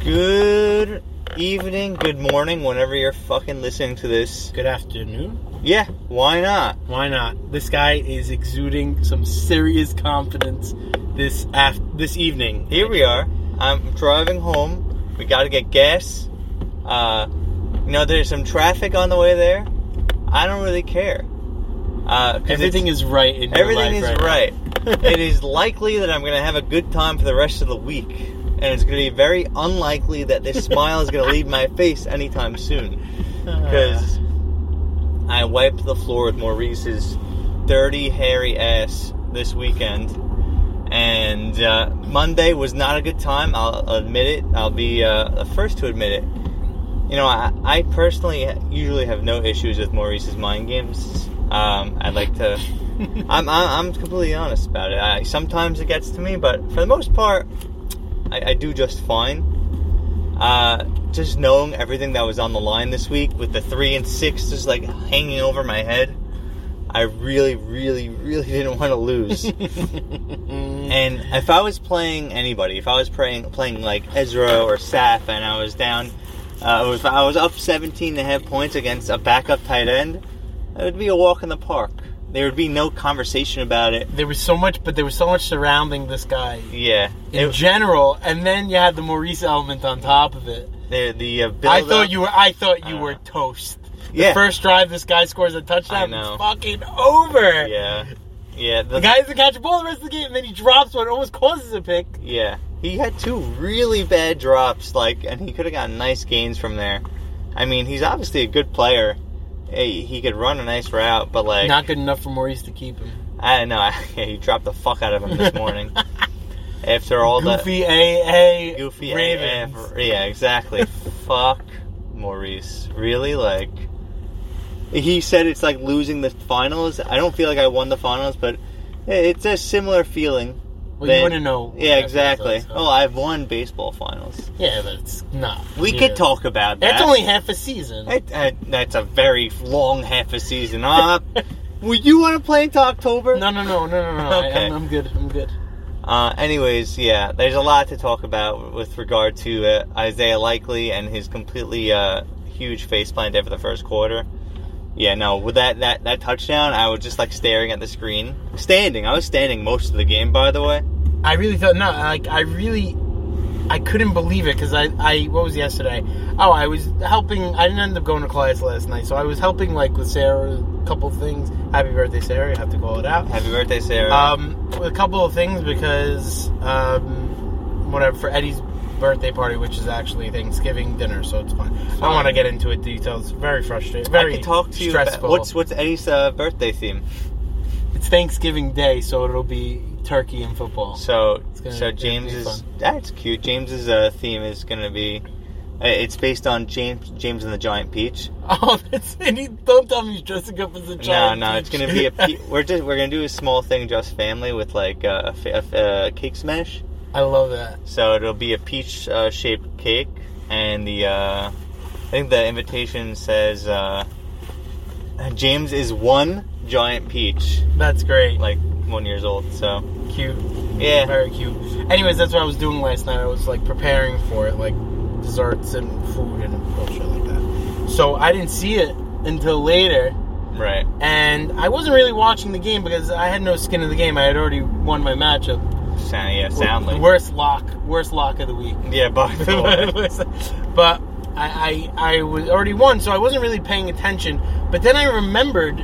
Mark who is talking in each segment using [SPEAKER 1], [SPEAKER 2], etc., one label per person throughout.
[SPEAKER 1] Good evening, good morning, whenever you're fucking listening to this.
[SPEAKER 2] Good afternoon.
[SPEAKER 1] Yeah, why not?
[SPEAKER 2] Why not? This guy is exuding some serious confidence this af- this evening.
[SPEAKER 1] Here we are. I'm driving home. We gotta get gas. Uh, you know, there's some traffic on the way there. I don't really care. Uh, 'cause
[SPEAKER 2] Everything
[SPEAKER 1] it's-
[SPEAKER 2] is right in your
[SPEAKER 1] everything
[SPEAKER 2] life
[SPEAKER 1] is
[SPEAKER 2] now.
[SPEAKER 1] right. it is likely that I'm gonna have a good time for the rest of the week, and it's gonna be very unlikely that this smile is gonna leave my face anytime soon. because I wiped the floor with Maurice's dirty, hairy ass this weekend. And uh, Monday was not a good time. I'll admit it. I'll be uh, the first to admit it. You know, I, I personally usually have no issues with Maurice's mind games. Um, I'd like to.
[SPEAKER 2] Uh,
[SPEAKER 1] I'm, I'm I'm completely honest about it. I, sometimes it gets to me, but for the most part, I, I do just fine. Uh, just knowing everything that was on the line this week with the three and six just like hanging over my head, I really, really, really didn't want to lose. and if I was playing anybody, if I was playing playing like Ezra or Saf, and I was down, uh, if I was up 17 and a half points against a backup tight end, it would be a walk in the park. There would be no conversation about it.
[SPEAKER 2] there was so much, but there was so much surrounding this guy
[SPEAKER 1] Yeah,
[SPEAKER 2] in
[SPEAKER 1] It-
[SPEAKER 2] general, and then you had the Maurice element on top of it.
[SPEAKER 1] the the uh,
[SPEAKER 2] I
[SPEAKER 1] build
[SPEAKER 2] thought you were. I thought you
[SPEAKER 1] Uh,
[SPEAKER 2] were toast. The
[SPEAKER 1] yeah
[SPEAKER 2] first drive, this guy scores a
[SPEAKER 1] I
[SPEAKER 2] touchdown.
[SPEAKER 1] know.
[SPEAKER 2] It's fucking over.
[SPEAKER 1] yeah yeah
[SPEAKER 2] The guy doesn't catch a ball the rest of the game, and then he drops one, almost causes a pick.
[SPEAKER 1] Yeah, he had two really bad drops, like, and he could have gotten nice gains from there. I mean, he's obviously a good player. Hey, he could run a nice route, but like,
[SPEAKER 2] Not good enough for Maurice to keep him.
[SPEAKER 1] I don't know. yeah, he dropped the fuck out of him this morning after all the
[SPEAKER 2] goofy AA
[SPEAKER 1] goofy
[SPEAKER 2] Ravens.
[SPEAKER 1] AF. Yeah, exactly. Fuck Maurice. Really? Like he said it's like losing the finals. I don't feel like I won the finals, but it's a similar feeling.
[SPEAKER 2] Well,
[SPEAKER 1] Then-
[SPEAKER 2] you want to know?
[SPEAKER 1] Yeah,
[SPEAKER 2] Oh, what that
[SPEAKER 1] exactly.
[SPEAKER 2] feels like, so-
[SPEAKER 1] Oh, I've won baseball finals.
[SPEAKER 2] yeah, that's not.
[SPEAKER 1] We
[SPEAKER 2] yeah.
[SPEAKER 1] could talk about that.
[SPEAKER 2] That's only half a season.
[SPEAKER 1] That- that- that's a very long half a season. Uh, will you want to play into October?
[SPEAKER 2] No, no, no, no, no, no. I,
[SPEAKER 1] Okay.
[SPEAKER 2] I'm, I'm good. I'm good.
[SPEAKER 1] Uh, anyways, yeah, there's a lot to talk about with regard to uh, Isaiah Likely and his completely uh, huge face plant after the first quarter. Yeah, no, with that, that that touchdown, I was just like staring at the screen, standing. I was standing most of the game, by the way.
[SPEAKER 2] I really thought no. Like I really, I couldn't believe it because I, I what was yesterday? Oh, I was helping. I didn't end up going to class last night, so I was helping like with Sarah a couple things. Happy birthday, Sarah! I have to call it out.
[SPEAKER 1] Happy birthday, Sarah.
[SPEAKER 2] Um, a couple of things because um, whatever for Eddie's birthday party, which is actually Thanksgiving dinner, so it's fine. I
[SPEAKER 1] Fine.
[SPEAKER 2] don't want to get into it details. Very frustrating. Very
[SPEAKER 1] I could talk to you
[SPEAKER 2] stressful.
[SPEAKER 1] about what's what's Eddie's uh, birthday theme.
[SPEAKER 2] it's Thanksgiving Day, so it'll be turkey and football.
[SPEAKER 1] So
[SPEAKER 2] gonna-
[SPEAKER 1] so
[SPEAKER 2] it'll be
[SPEAKER 1] James is
[SPEAKER 2] fun.
[SPEAKER 1] that's cute. James's uh, theme is gonna be uh, it's based on James James and the Giant Peach.
[SPEAKER 2] Oh, that's and he, don't tell me he's dressing up as a
[SPEAKER 1] No,
[SPEAKER 2] giant.
[SPEAKER 1] no, it's
[SPEAKER 2] peach.
[SPEAKER 1] gonna be a pe- we're just we're gonna do a small thing just family with like uh, a, fa- a, f- uh cake smash.
[SPEAKER 2] I love that.
[SPEAKER 1] So it'll be a peach uh, shaped cake, and the uh, I think the invitation says uh, James is one giant peach,
[SPEAKER 2] That's great.
[SPEAKER 1] like
[SPEAKER 2] Like
[SPEAKER 1] one years old. So
[SPEAKER 2] cute.
[SPEAKER 1] yeah,
[SPEAKER 2] Very cute. Anyways, that's what I was doing last night. I was like preparing for it, like desserts and food and bullshit like that. So I didn't see it until later,
[SPEAKER 1] right.
[SPEAKER 2] and I wasn't really watching the game because I had no skin in the game. I had already won my matchup.
[SPEAKER 1] Sound yeah, sound like
[SPEAKER 2] worst lock, worst lock of the week.
[SPEAKER 1] yeah, by the way.
[SPEAKER 2] but I, I I was already won, so I wasn't really paying attention. But then I remembered,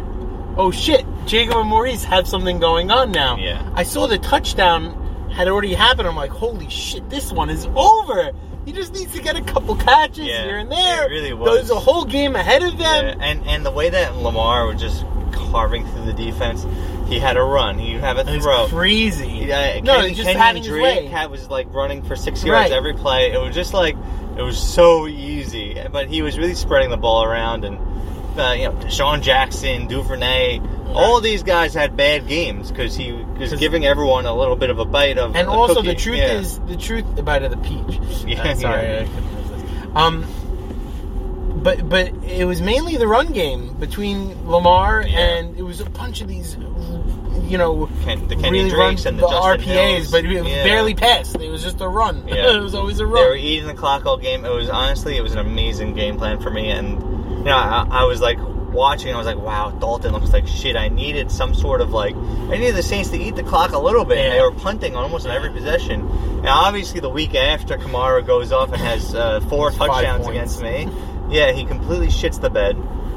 [SPEAKER 2] oh shit, Jacob and Maurice have something going on now.
[SPEAKER 1] Yeah.
[SPEAKER 2] I saw the touchdown had already happened. I'm like, holy shit, this one is over. He just needs to get a couple catches
[SPEAKER 1] Yeah,
[SPEAKER 2] here and there.
[SPEAKER 1] it really was.
[SPEAKER 2] There's a whole game ahead of them.
[SPEAKER 1] Yeah, and and the way that Lamar was just carving through the defense, he had a run, he'd have a
[SPEAKER 2] It was
[SPEAKER 1] throw.
[SPEAKER 2] crazy.
[SPEAKER 1] Yeah,
[SPEAKER 2] no,
[SPEAKER 1] Kenny-
[SPEAKER 2] it's just
[SPEAKER 1] Kenyon
[SPEAKER 2] having his
[SPEAKER 1] Drake
[SPEAKER 2] way.
[SPEAKER 1] had- was like running for six yards
[SPEAKER 2] Right.
[SPEAKER 1] every play. It was just like it was so easy, but he was really spreading the ball around. And uh, you know, Deshaun Jackson, Duvernay, all these guys had bad games because he was
[SPEAKER 2] 'Cause-
[SPEAKER 1] giving everyone a little bit of a bite of.
[SPEAKER 2] And
[SPEAKER 1] the
[SPEAKER 2] also,
[SPEAKER 1] cookie.
[SPEAKER 2] the truth
[SPEAKER 1] Yeah.
[SPEAKER 2] is the truth about the peach.
[SPEAKER 1] Yeah,
[SPEAKER 2] Uh, sorry,
[SPEAKER 1] yeah.
[SPEAKER 2] I couldn't resist. Um, but but it was mainly the run game between Lamar
[SPEAKER 1] Yeah.
[SPEAKER 2] and it was a bunch of these you know,
[SPEAKER 1] Ken, the Kenny
[SPEAKER 2] really
[SPEAKER 1] Drakes
[SPEAKER 2] run
[SPEAKER 1] and the, Justin
[SPEAKER 2] RPAs,
[SPEAKER 1] Hills.
[SPEAKER 2] but it
[SPEAKER 1] Yeah.
[SPEAKER 2] barely passed. It was just a run.
[SPEAKER 1] Yeah.
[SPEAKER 2] it was always
[SPEAKER 1] They
[SPEAKER 2] a
[SPEAKER 1] were
[SPEAKER 2] run.
[SPEAKER 1] eating the clock all game. It was honestly, it was an amazing game plan for me, and you know, I, I was like watching. I was like, wow, Dalton looks like shit. I needed some sort of like, I needed the Saints to eat the clock a little bit. And they
[SPEAKER 2] Yeah.
[SPEAKER 1] were punting on almost on every possession. And obviously, the week after Kamara goes off and has uh, four
[SPEAKER 2] Five
[SPEAKER 1] touchdowns
[SPEAKER 2] points.
[SPEAKER 1] against me, yeah, he completely shits the bed.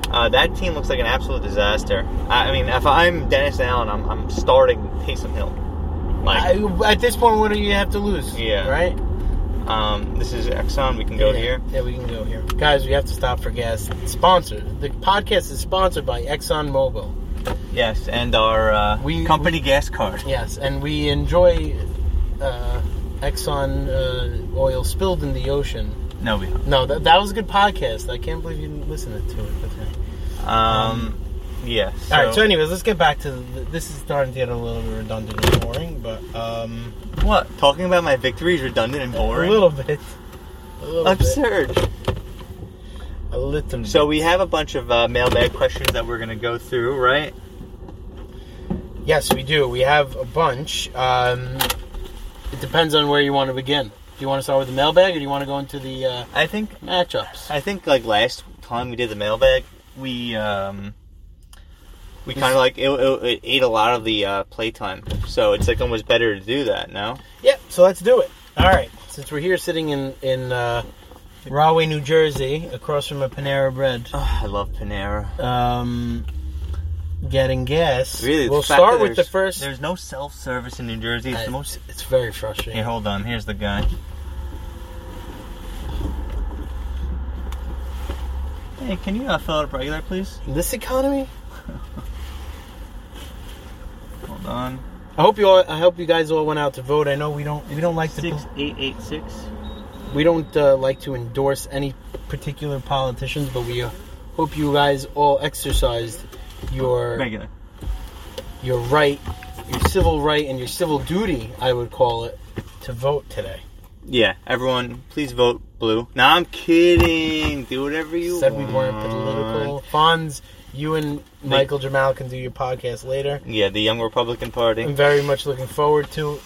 [SPEAKER 1] Uh, that team looks like an absolute disaster. I, I mean, if I'm Dennis Allen, I'm, I'm starting Taysom Hill. Like,
[SPEAKER 2] I, at this point, what do you have to lose?
[SPEAKER 1] Yeah.
[SPEAKER 2] right.
[SPEAKER 1] um, this is Exxon. We can go
[SPEAKER 2] yeah.
[SPEAKER 1] here.
[SPEAKER 2] Yeah, we can go here, guys. We have to stop for gas. Sponsor. The podcast is sponsored by ExxonMobil.
[SPEAKER 1] Yes, and our uh,
[SPEAKER 2] We-
[SPEAKER 1] company gas card.
[SPEAKER 2] Yes, and we enjoy uh, Exxon uh, oil spilled in the ocean.
[SPEAKER 1] No, we don't.
[SPEAKER 2] No, that, that was a good podcast. I can't believe you didn't listen to it. With me.
[SPEAKER 1] Um, yes.
[SPEAKER 2] All right. So, anyways, let's get back to the, this. Is starting to get a little bit redundant and boring, but um,
[SPEAKER 1] what? Talking about my victory is redundant and boring.
[SPEAKER 2] a little bit. A little
[SPEAKER 1] absurd.
[SPEAKER 2] Bit, a little.
[SPEAKER 1] So we have a bunch of uh, mailbag questions that we're gonna go through, right?
[SPEAKER 2] bit. yes, we do. We have a bunch. Um, it depends on where you want to begin. Do you want to start with the mailbag, or do you want to go into the uh,
[SPEAKER 1] I think
[SPEAKER 2] matchups?
[SPEAKER 1] I think like last time we did the mailbag, we um, we kind of like it, it, it ate a lot of the uh, playtime. So it's like almost better to do that now.
[SPEAKER 2] Yeah. So let's do it. All right. Since we're here sitting in in uh, Rahway, New Jersey, across from a Panera Bread.
[SPEAKER 1] Oh, I love Panera.
[SPEAKER 2] um, getting gas.
[SPEAKER 1] Really,
[SPEAKER 2] we'll
[SPEAKER 1] the fact
[SPEAKER 2] start
[SPEAKER 1] that
[SPEAKER 2] with the
[SPEAKER 1] there's-
[SPEAKER 2] first.
[SPEAKER 1] There's no self service in New Jersey. It's
[SPEAKER 2] I-
[SPEAKER 1] the most.
[SPEAKER 2] It's very frustrating.
[SPEAKER 1] Here, hold on. Here's the guy. Hey, can you uh, fill out a regular, please?
[SPEAKER 2] This economy.
[SPEAKER 1] Hold on.
[SPEAKER 2] I hope you all. I hope you guys all went out to vote. I know we don't. We don't like to.
[SPEAKER 1] Six eight eight six.
[SPEAKER 2] We don't uh, like to endorse any particular politicians, but we uh, hope you guys all exercised your
[SPEAKER 1] Regular.
[SPEAKER 2] your right, your civil right, and your civil duty. I would call it to vote today.
[SPEAKER 1] Yeah, everyone, please vote blue. No, I'm kidding. Do whatever you
[SPEAKER 2] Said we
[SPEAKER 1] want.
[SPEAKER 2] weren't political. Fonz, you and Michael Jamal can do your podcast later.
[SPEAKER 1] Yeah, the Young Republican
[SPEAKER 2] I'm
[SPEAKER 1] Party.
[SPEAKER 2] very much looking forward to. it.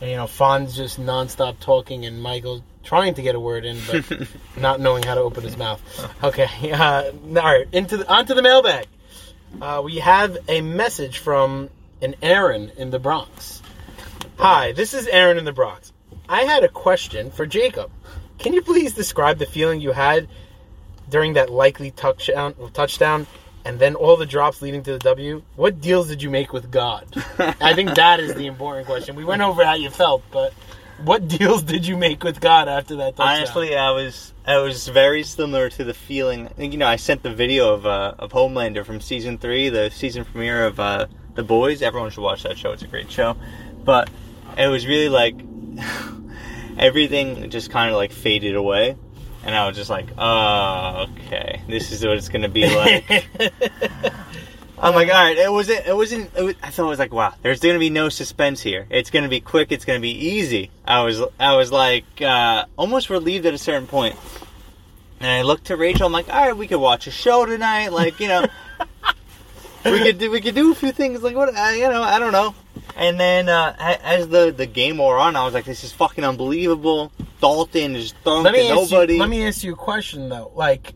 [SPEAKER 2] And, you know, Fon's just nonstop talking, and Michael trying to get a word in, but not knowing how to open his mouth. Okay, uh, all right, into the, onto the mailbag. Uh, we have a message from an Aaron in the Bronx. Hi, this is Aaron in the Bronx. I had a question for Jacob. Can you please describe the feeling you had during that likely touchdown, touchdown, and then all the drops leading to the W? What deals did you make with God? I think that is the important question. We went over how you felt, but what deals did you make with God after that touchdown?
[SPEAKER 1] Honestly, I was I was very similar to the feeling. You know, I sent the video of uh, of Homelander from season three, the season premiere of uh, The Boys. Everyone should watch that show. It's a great show. But it was really like everything just kind of like faded away, and I was just like, oh, okay, this is what it's gonna be like. I'm like, all right. It wasn't. It wasn't. It was, I thought it was like, wow. There's gonna be no suspense here. It's gonna be quick. It's gonna be easy. I was. I was like, uh, almost relieved at a certain point. And I looked to Rachel. I'm like, all right, we could watch a show tonight. Like, you know, we could do, we could do a few things. Like, what? I, you know, I don't know. And then uh, a- as the the game wore on, I was like, this is fucking unbelievable. Dalton is throwing
[SPEAKER 2] let me
[SPEAKER 1] to
[SPEAKER 2] ask
[SPEAKER 1] nobody.
[SPEAKER 2] You, let me ask you a question though. Like,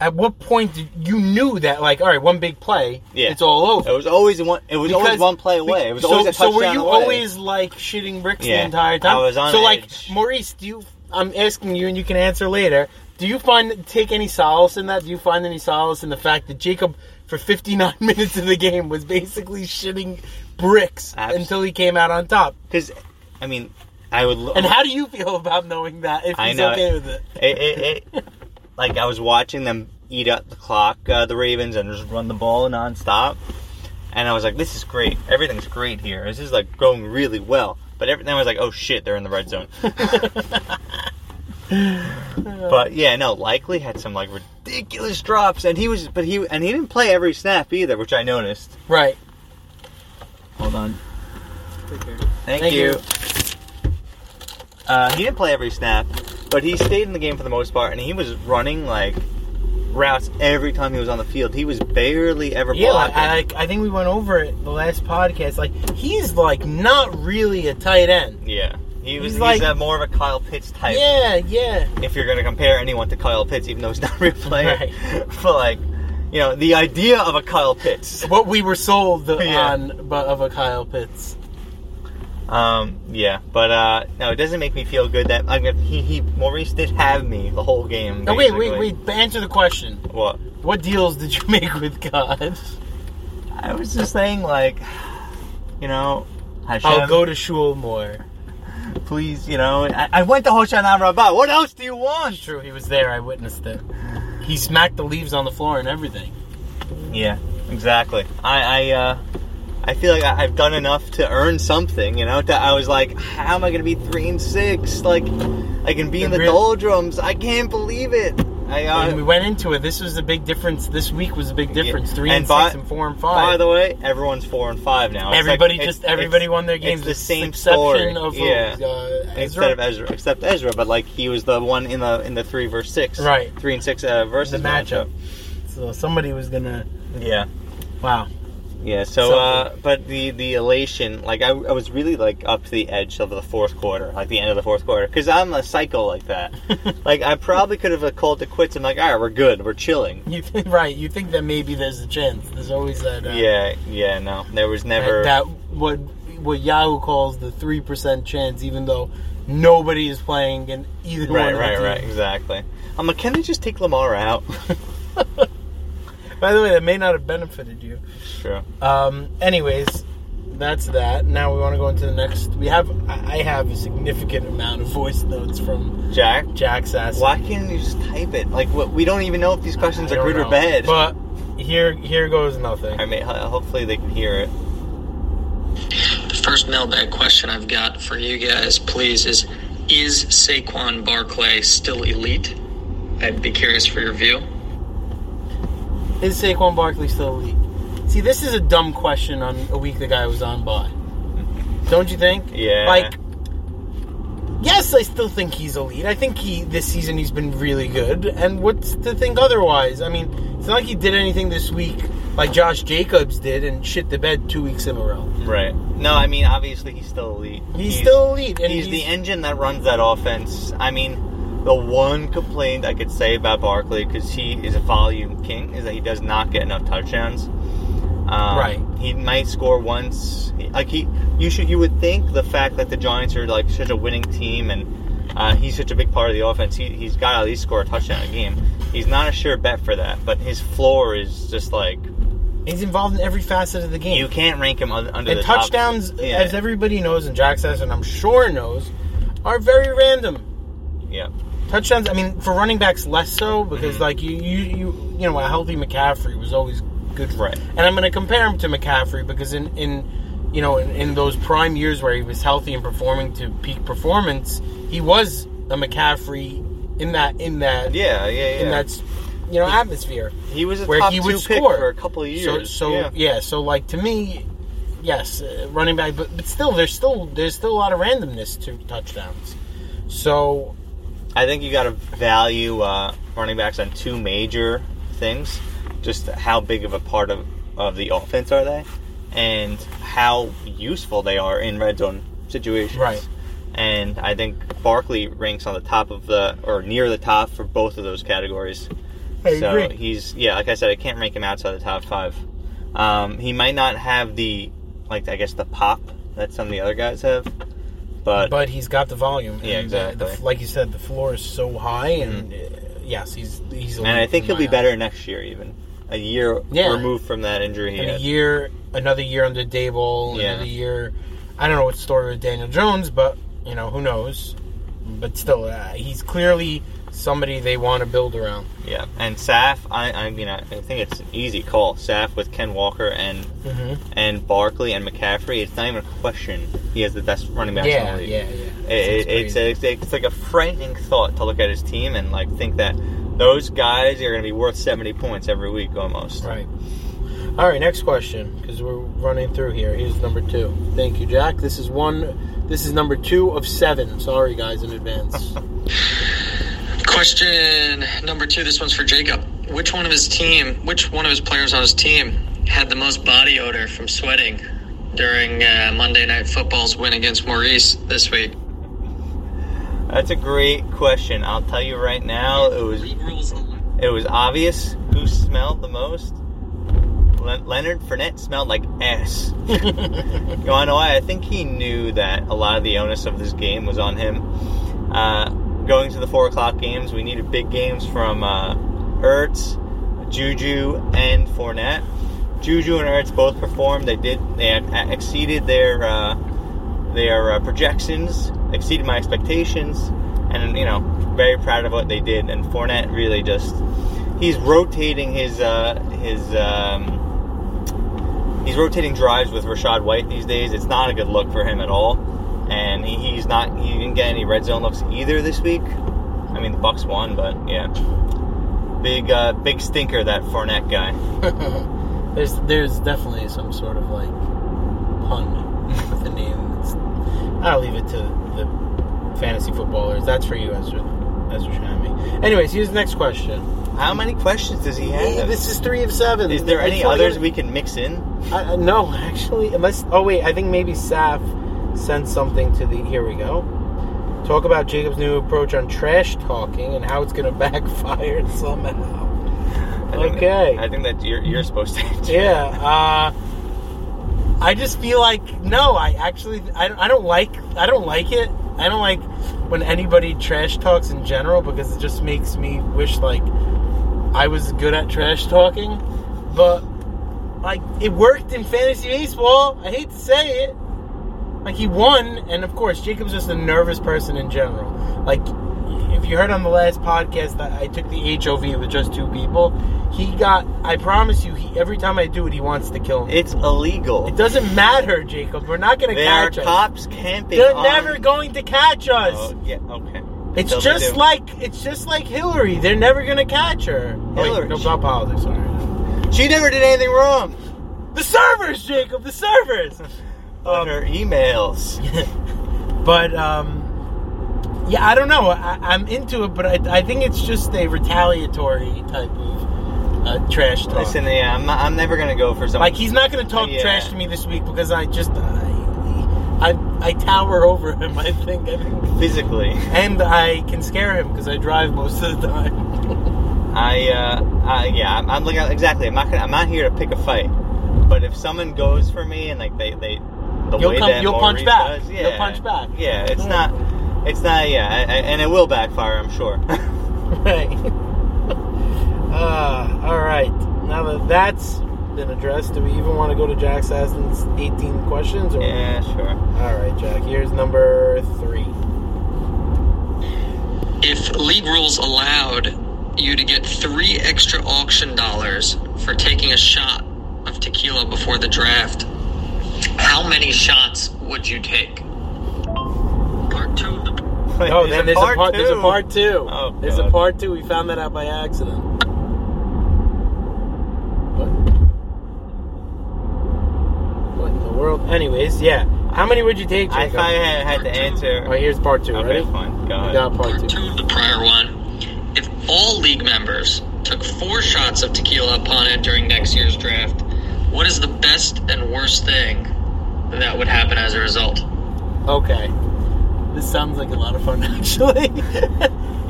[SPEAKER 2] at what point did you knew that? Like, all right, one big play,
[SPEAKER 1] Yeah.
[SPEAKER 2] it's all over.
[SPEAKER 1] it was always one. It was
[SPEAKER 2] Because-
[SPEAKER 1] always one play away. It was
[SPEAKER 2] so,
[SPEAKER 1] always a touchdown
[SPEAKER 2] So were you
[SPEAKER 1] away.
[SPEAKER 2] always like shitting bricks
[SPEAKER 1] Yeah,
[SPEAKER 2] the entire time?
[SPEAKER 1] I was on
[SPEAKER 2] So
[SPEAKER 1] edge.
[SPEAKER 2] like Maurice, do you? I'm asking you, and you can answer later. Do you find take any solace in that? Do you find any solace in the fact that Jacob, for 59 minutes of the game, was basically shitting bricks
[SPEAKER 1] Abs-
[SPEAKER 2] until he came out on top?
[SPEAKER 1] Because, I mean, I would.
[SPEAKER 2] And how do you feel about knowing that? If
[SPEAKER 1] I
[SPEAKER 2] he's
[SPEAKER 1] know.
[SPEAKER 2] okay with it,
[SPEAKER 1] it, it, it, like I was watching them eat up the clock, uh, the Ravens, and just run the ball nonstop. And I was like, "This is great. Everything's great here. This is like going really well." But everything I was like, "Oh shit, they're in the red zone." but yeah, no, likely had some like ridiculous drops, and he was, but he and he didn't play every snap either, which I noticed.
[SPEAKER 2] right?
[SPEAKER 1] Hold on. Thank,
[SPEAKER 2] Thank
[SPEAKER 1] you.
[SPEAKER 2] you.
[SPEAKER 1] Uh, he didn't play every snap, but he stayed in the game for the most part, and he was running like routes every time he was on the field. He was barely ever
[SPEAKER 2] Yeah, like,
[SPEAKER 1] blocking.
[SPEAKER 2] I, like, I think we went over it the last podcast. Like he's like not really a tight end.
[SPEAKER 1] yeah, he was
[SPEAKER 2] He's
[SPEAKER 1] he's,
[SPEAKER 2] like-
[SPEAKER 1] a more of a Kyle Pitts type.
[SPEAKER 2] Yeah, yeah.
[SPEAKER 1] If you're going to compare anyone to Kyle Pitts, even though he's not a real player,
[SPEAKER 2] Right.
[SPEAKER 1] but like you know the idea of a Kyle Pitts.
[SPEAKER 2] What we were sold
[SPEAKER 1] Yeah.
[SPEAKER 2] on, but of a Kyle Pitts.
[SPEAKER 1] Um, yeah, but uh, no, it doesn't make me feel good that I mean, he he Maurice did have me the whole game.
[SPEAKER 2] No, Oh, wait, wait,
[SPEAKER 1] basically.
[SPEAKER 2] wait. Answer the question.
[SPEAKER 1] What?
[SPEAKER 2] What deals did you make with God?
[SPEAKER 1] I was just saying, like, you know, Hashem,
[SPEAKER 2] I'll go to shul more.
[SPEAKER 1] please, you know, I, I went to Hoshana Rabbah. What else do you
[SPEAKER 2] It's
[SPEAKER 1] want?
[SPEAKER 2] true. He was there. I witnessed it. He smacked the leaves on the floor and everything.
[SPEAKER 1] Yeah, exactly. I, I, uh, I feel like I, I've done enough to earn something, you know. To, I was like, how am I going to be three and six? Like, I can be in the
[SPEAKER 2] Real-
[SPEAKER 1] doldrums. I can't believe it. I, uh,
[SPEAKER 2] when we went into it, this was a big difference. This week was a big
[SPEAKER 1] Yeah.
[SPEAKER 2] difference. Three
[SPEAKER 1] And
[SPEAKER 2] and,
[SPEAKER 1] by-
[SPEAKER 2] six and four and five.
[SPEAKER 1] by the way, everyone's four and five now. It's like-
[SPEAKER 2] everybody
[SPEAKER 1] it's-
[SPEAKER 2] just everybody
[SPEAKER 1] it's-
[SPEAKER 2] won their
[SPEAKER 1] it's
[SPEAKER 2] games.
[SPEAKER 1] the
[SPEAKER 2] with
[SPEAKER 1] same
[SPEAKER 2] exception
[SPEAKER 1] story.
[SPEAKER 2] Of,
[SPEAKER 1] Yeah.
[SPEAKER 2] uh,
[SPEAKER 1] instead
[SPEAKER 2] Ezra.
[SPEAKER 1] of Ezra, except Ezra, but like he was the one in the in the three verse six,
[SPEAKER 2] Right.
[SPEAKER 1] Three and six uh, versus
[SPEAKER 2] The matchup. so somebody was gonna.
[SPEAKER 1] matchup. Yeah,
[SPEAKER 2] Wow.
[SPEAKER 1] yeah. So, uh, but the the elation, like I, I was really like up to the edge of the fourth quarter, like the end of the fourth quarter, because I'm a psycho like that. like I probably could have uh, called it quits. I'm like, all right, we're good, we're chilling.
[SPEAKER 2] you think right? You think that maybe there's a chance. There's always that. Uh,
[SPEAKER 1] Yeah, yeah. No, there was
[SPEAKER 2] that-
[SPEAKER 1] never.
[SPEAKER 2] That what what Yahoo calls the three percent chance, even though nobody is playing in either
[SPEAKER 1] right,
[SPEAKER 2] one. of
[SPEAKER 1] right,
[SPEAKER 2] the
[SPEAKER 1] right.
[SPEAKER 2] teams.
[SPEAKER 1] Exactly. I'm like, can they just take Lamar out?
[SPEAKER 2] By the way, that may not have benefited you.
[SPEAKER 1] sure.
[SPEAKER 2] Um, anyways, that's that. Now we want to go into the next. We have I I have a significant amount of voice notes from
[SPEAKER 1] Jack,
[SPEAKER 2] Jack Sass.
[SPEAKER 1] why can't you just type it? Like, what, we don't even know if these questions are
[SPEAKER 2] I don't
[SPEAKER 1] good or
[SPEAKER 2] know.
[SPEAKER 1] bad.
[SPEAKER 2] But here, here goes nothing.
[SPEAKER 1] I mean, ho- hopefully they can hear it.
[SPEAKER 3] First mailbag question I've got for you guys, please, is is Saquon Barclay still elite? I'd be curious for your view.
[SPEAKER 2] Is Saquon Barkley still elite? See, this is a dumb question on a week the guy was on by. Don't you think?
[SPEAKER 1] Yeah.
[SPEAKER 2] Like, yes, I still think he's elite. I think he this season he's been really good. And what's to think otherwise? I mean, it's not like he did anything this week like Josh Jacobs did and shit the bed two weeks in a row.
[SPEAKER 1] Right. No, I mean, obviously he's still elite.
[SPEAKER 2] He's, still elite, and
[SPEAKER 1] He's, the engine that runs that offense. I mean, the one complaint I could say about Barkley, because he is a volume king, is that he does not get enough touchdowns. Um,
[SPEAKER 2] Right.
[SPEAKER 1] He might score once. He- Like he, you should, you would think the fact that the Giants are like such a winning team and uh, he's such a big part of the offense, he, he's got to at least score a touchdown a game. He's not a sure bet for that, but his floor is just like
[SPEAKER 2] he's involved in every facet of the game.
[SPEAKER 1] you can't rank him un- under
[SPEAKER 2] and
[SPEAKER 1] the top-
[SPEAKER 2] touchdowns,
[SPEAKER 1] Yeah.
[SPEAKER 2] as everybody knows, and Jack says, and I'm sure knows, are very random.
[SPEAKER 1] Yeah.
[SPEAKER 2] Touchdowns, I mean, for running backs, less so because
[SPEAKER 1] Mhm.
[SPEAKER 2] like you, you, you, you know, a healthy McCaffrey was always good. For,
[SPEAKER 1] Right.
[SPEAKER 2] And I'm going to compare him to McCaffrey because in in you know in, in those prime years where he was healthy and performing to peak performance, he was a McCaffrey in that in that
[SPEAKER 1] Yeah, yeah, yeah.
[SPEAKER 2] in that you know atmosphere.
[SPEAKER 1] he was a
[SPEAKER 2] where
[SPEAKER 1] top
[SPEAKER 2] he
[SPEAKER 1] two
[SPEAKER 2] would
[SPEAKER 1] pick
[SPEAKER 2] score.
[SPEAKER 1] for a couple of years.
[SPEAKER 2] So, so yeah.
[SPEAKER 1] yeah.
[SPEAKER 2] so like to me, yes, uh, running back, but, but still, there's still there's still a lot of randomness to touchdowns. So
[SPEAKER 1] I think you got to value uh, running backs on two major things: just how big of a part of of the offense are they, and how useful they are in red zone situations.
[SPEAKER 2] Right.
[SPEAKER 1] And I think Barkley ranks on the top of the or near the top for both of those categories.
[SPEAKER 2] I
[SPEAKER 1] so
[SPEAKER 2] agree.
[SPEAKER 1] he's yeah, like I said, I can't rank him outside the top five. Um, he might not have the like I guess the pop that some of the other guys have, but
[SPEAKER 2] but he's got the volume.
[SPEAKER 1] Yeah,
[SPEAKER 2] and, uh, the f-
[SPEAKER 1] exactly. Mm-hmm.
[SPEAKER 2] like you said, the floor is so high, and uh, yes, he's he's.
[SPEAKER 1] And I
[SPEAKER 2] elite
[SPEAKER 1] think
[SPEAKER 2] in
[SPEAKER 1] he'll
[SPEAKER 2] my
[SPEAKER 1] be
[SPEAKER 2] eyes.
[SPEAKER 1] better next year, even a year
[SPEAKER 2] Yeah.
[SPEAKER 1] removed from that injury. He
[SPEAKER 2] And a
[SPEAKER 1] had.
[SPEAKER 2] year, another year under Dable,
[SPEAKER 1] Yeah.
[SPEAKER 2] another year. I don't know what story with Daniel Jones, but you know who knows. But still, uh, he's clearly somebody they want to build around.
[SPEAKER 1] Yeah, and Saf, I, I mean, I I think it's an easy call. Saf with Ken Walker and
[SPEAKER 2] Mm-hmm.
[SPEAKER 1] and Barkley and McCaffrey. It's not even a question. He has the best running back in
[SPEAKER 2] Yeah,
[SPEAKER 1] the league.
[SPEAKER 2] yeah, yeah.
[SPEAKER 1] It, it, it's, a, it's, it's like a frightening thought to look at his team and like think that those guys are going to be worth seventy points every week almost.
[SPEAKER 2] right. All right, next question because we're running through here. Here's number two. Thank you, Jack. This is one. This is number two of seven. Sorry, guys, in advance.
[SPEAKER 3] Question number two, this one's for Jacob. which one of his team, which one of his players on his team had the most body odor from sweating during uh, Monday Night Football's win against Maurice this week?
[SPEAKER 1] That's a great question. I'll tell you right now, it was
[SPEAKER 3] League rules alone.
[SPEAKER 1] it was obvious who smelled the most. Le- Leonard Fournette smelled like ass. You wanna know why? I think he knew that a lot of the onus of this game was on him. Uh, going to the four o'clock games, we needed big games from uh, Ertz, Juju, and Fournette. Juju and Ertz both performed. They did. They had uh, exceeded their uh, their uh, projections, exceeded my expectations, and you know, very proud of what they did. And Fournette really just he's rotating his uh, his. Um, he's rotating drives with Rashad White these days. It's not a good look for him at all, and he, he's not. He didn't get any red zone looks either this week. I mean, the Bucks won, but yeah, big uh, big stinker that Fournette guy.
[SPEAKER 2] there's there's definitely some sort of like pun with the name. It's, I'll leave it to the fantasy footballers. That's for you, Ezra. Ezra Shami. Anyways, here's the next question.
[SPEAKER 1] How many questions does he have?
[SPEAKER 2] Hey, this is three of seven.
[SPEAKER 1] is there
[SPEAKER 2] I
[SPEAKER 1] any
[SPEAKER 2] thought you-
[SPEAKER 1] others we can mix in?
[SPEAKER 2] I, I- no, actually, unless. Oh wait, I think maybe Saf sent something to the. Here we go. Talk about Jacob's new approach on trash talking and how it's going to backfire somehow.
[SPEAKER 1] I think
[SPEAKER 2] Okay.
[SPEAKER 1] That, I think that you're, you're supposed to.
[SPEAKER 2] Yeah. Uh, I just feel like no. I actually I don't, I don't like I don't like it. I don't like when anybody trash talks in general because it just makes me wish like I was good at trash talking. But like it worked in fantasy baseball. I hate to say it. Like he won, and of course Jacob's just a nervous person in general. Like if you heard on the last podcast that I took the HOV with just two people, he got. I promise you, he, every time I do it, he wants to kill me.
[SPEAKER 1] It's illegal.
[SPEAKER 2] It doesn't matter, Jacob. We're not going to
[SPEAKER 1] There are
[SPEAKER 2] catch us.
[SPEAKER 1] cops camping.
[SPEAKER 2] They're
[SPEAKER 1] on-
[SPEAKER 2] never going to catch us.
[SPEAKER 1] Oh, yeah. Okay.
[SPEAKER 2] it's
[SPEAKER 1] Till they
[SPEAKER 2] just
[SPEAKER 1] do.
[SPEAKER 2] like it's just like Hillary. They're never going to catch her. Oh, wait,
[SPEAKER 1] Hillary.
[SPEAKER 2] no, not politics. Sorry.
[SPEAKER 1] she never did anything wrong.
[SPEAKER 2] The servers, Jacob. The servers. Um,
[SPEAKER 1] on her emails.
[SPEAKER 2] but um, yeah, I don't know. I, I'm into it, but I, I think it's just a retaliatory type of uh, trash talk.
[SPEAKER 1] Listen, yeah, I'm, I'm never gonna go for something.
[SPEAKER 2] Like he's not going to talk
[SPEAKER 1] Yeah.
[SPEAKER 2] trash to me this week because I just I, I I tower over him. I think I think,
[SPEAKER 1] physically.
[SPEAKER 2] and I can scare him because I drive most of the time.
[SPEAKER 1] I, uh, I yeah, I'm, I'm looking at, exactly. I'm not gonna, I'm not here to pick a fight. But if someone goes for me and like they they the
[SPEAKER 2] You'll
[SPEAKER 1] way
[SPEAKER 2] come-
[SPEAKER 1] that
[SPEAKER 2] you'll punch
[SPEAKER 1] Maurice
[SPEAKER 2] back.
[SPEAKER 1] does,
[SPEAKER 2] You'll
[SPEAKER 1] yeah,
[SPEAKER 2] punch back.
[SPEAKER 1] Yeah, it's
[SPEAKER 2] Yeah.
[SPEAKER 1] not. It's not. Yeah, I, I, and it will backfire. I'm sure.
[SPEAKER 2] Right. Uh, all right. Now that that's been addressed, do we even want to go to Jack Sassen's 18 questions? Or?
[SPEAKER 1] yeah, sure.
[SPEAKER 2] All right, Jack. Here's number three.
[SPEAKER 3] If league rules allowed you to get three extra auction dollars for taking a shot of tequila before the draft, how many shots would you take? Part two of the
[SPEAKER 1] Wait,
[SPEAKER 2] oh, then there's a part. There's a
[SPEAKER 1] two.
[SPEAKER 2] part two.
[SPEAKER 1] Oh,
[SPEAKER 2] there's a
[SPEAKER 1] God.
[SPEAKER 2] part two. We found that out by accident. What? What in the world? Anyways, yeah. How many would you take?
[SPEAKER 1] I, if
[SPEAKER 2] Jacob?
[SPEAKER 1] I had, had to
[SPEAKER 2] Oh,
[SPEAKER 1] answer.
[SPEAKER 2] here's part two.
[SPEAKER 1] Okay,
[SPEAKER 2] Ready?
[SPEAKER 1] fine. Go
[SPEAKER 2] We
[SPEAKER 1] ahead.
[SPEAKER 2] got part
[SPEAKER 3] part
[SPEAKER 2] two.
[SPEAKER 3] two of the prior one. If all league members took four shots of tequila upon entering next year's draft, what is the best and worst thing that would happen as a result?
[SPEAKER 2] Okay. This sounds like a lot of fun, actually.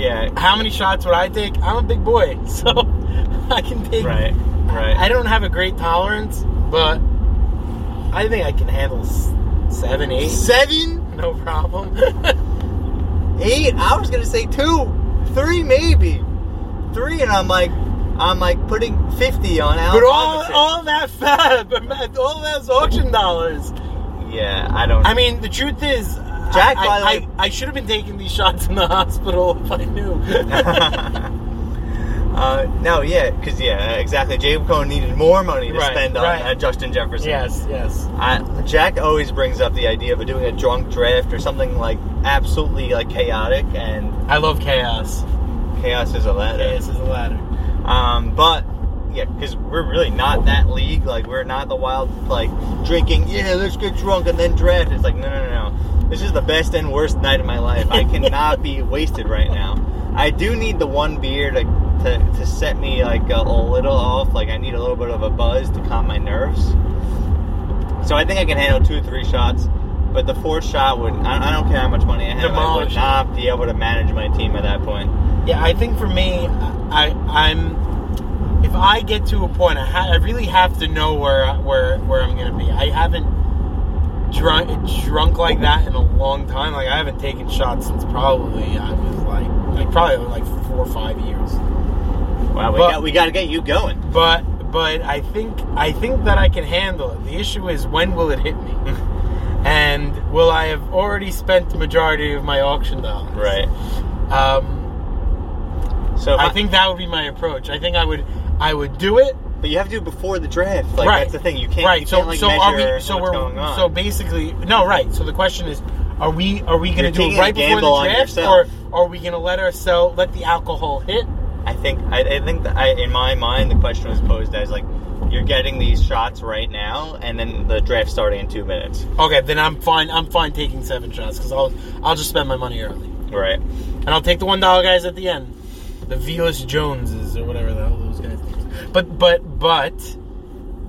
[SPEAKER 1] Yeah.
[SPEAKER 2] How many shots would I take? I'm a big boy, so I can take.
[SPEAKER 1] Right. Right.
[SPEAKER 2] I don't have a great tolerance, but I think I can handle s- seven, eight,
[SPEAKER 1] Seven,
[SPEAKER 2] no problem.
[SPEAKER 1] eight. I was gonna say two, three maybe, three, and I'm like, I'm like putting fifty on Allen
[SPEAKER 2] But all,
[SPEAKER 1] Robinson.
[SPEAKER 2] all that fab, all those auction dollars.
[SPEAKER 1] Yeah, I don't.
[SPEAKER 2] I mean, the truth is, I-
[SPEAKER 1] Jack,
[SPEAKER 2] I,
[SPEAKER 1] by the
[SPEAKER 2] I,
[SPEAKER 1] way-
[SPEAKER 2] I should have been taking these shots in the hospital if I knew.
[SPEAKER 1] uh, no, yeah, because yeah, exactly. Jacob Cohen needed more money to
[SPEAKER 2] Right,
[SPEAKER 1] spend on
[SPEAKER 2] right.
[SPEAKER 1] uh, Justin Jefferson.
[SPEAKER 2] yes, yes.
[SPEAKER 1] I, Jack always brings up the idea of doing a drunk draft or something like absolutely like chaotic, and
[SPEAKER 2] I love chaos.
[SPEAKER 1] chaos is a ladder.
[SPEAKER 2] Chaos is the ladder.
[SPEAKER 1] Um, but yeah, because we're really not that league. Like we're not the wild like drinking. Yeah, let's get drunk and then draft. It's like no, no, no, no. This is the best and worst night of my life. I cannot be wasted right now. I do need the one beer to to, to set me like a, little off. Like I need a little bit of a buzz to calm my nerves. So I think I can handle two or three shots, but the fourth shot would. I, I don't care how much money I have. I would
[SPEAKER 2] Demolish.
[SPEAKER 1] not be able to manage my team at that point.
[SPEAKER 2] Yeah, I think for me, I I'm if I get to a point, I, ha- I really have to know where where where I'm gonna be. I haven't drunk drunk like that in a long time. Like I haven't taken shots since probably I was like like probably like four or five years.
[SPEAKER 1] Wow, we
[SPEAKER 2] But-
[SPEAKER 1] got we got to get you going.
[SPEAKER 2] But but I think I think that I can handle it. The issue is when will it hit me, and will I have already spent the majority of my auction dollars?
[SPEAKER 1] Right.
[SPEAKER 2] Um,
[SPEAKER 1] So if
[SPEAKER 2] I think that would be my approach. I think I would I would do it.
[SPEAKER 1] but you have to do it before the draft. Like
[SPEAKER 2] Right.
[SPEAKER 1] that's the thing. You can't.
[SPEAKER 2] right.
[SPEAKER 1] You
[SPEAKER 2] so
[SPEAKER 1] can't, like,
[SPEAKER 2] so
[SPEAKER 1] measure
[SPEAKER 2] are we so
[SPEAKER 1] what's
[SPEAKER 2] we're
[SPEAKER 1] going on.
[SPEAKER 2] so basically no right. So the question is are we are we
[SPEAKER 1] You're
[SPEAKER 2] going to do
[SPEAKER 1] taking
[SPEAKER 2] it
[SPEAKER 1] a
[SPEAKER 2] right before
[SPEAKER 1] gamble on
[SPEAKER 2] the draft or
[SPEAKER 1] yourself.
[SPEAKER 2] are we going to let ourselves let the alcohol hit?
[SPEAKER 1] I think I, I think that I, in my mind the question was posed as like you're getting these shots right now, and then the draft starting in two minutes.
[SPEAKER 2] Okay, then I'm fine. I'm fine taking seven shots cuz I'll I'll just spend my money early.
[SPEAKER 1] Right.
[SPEAKER 2] And I'll take the $1 guys at the end. The Velas Joneses or whatever the hell those guys names. But but but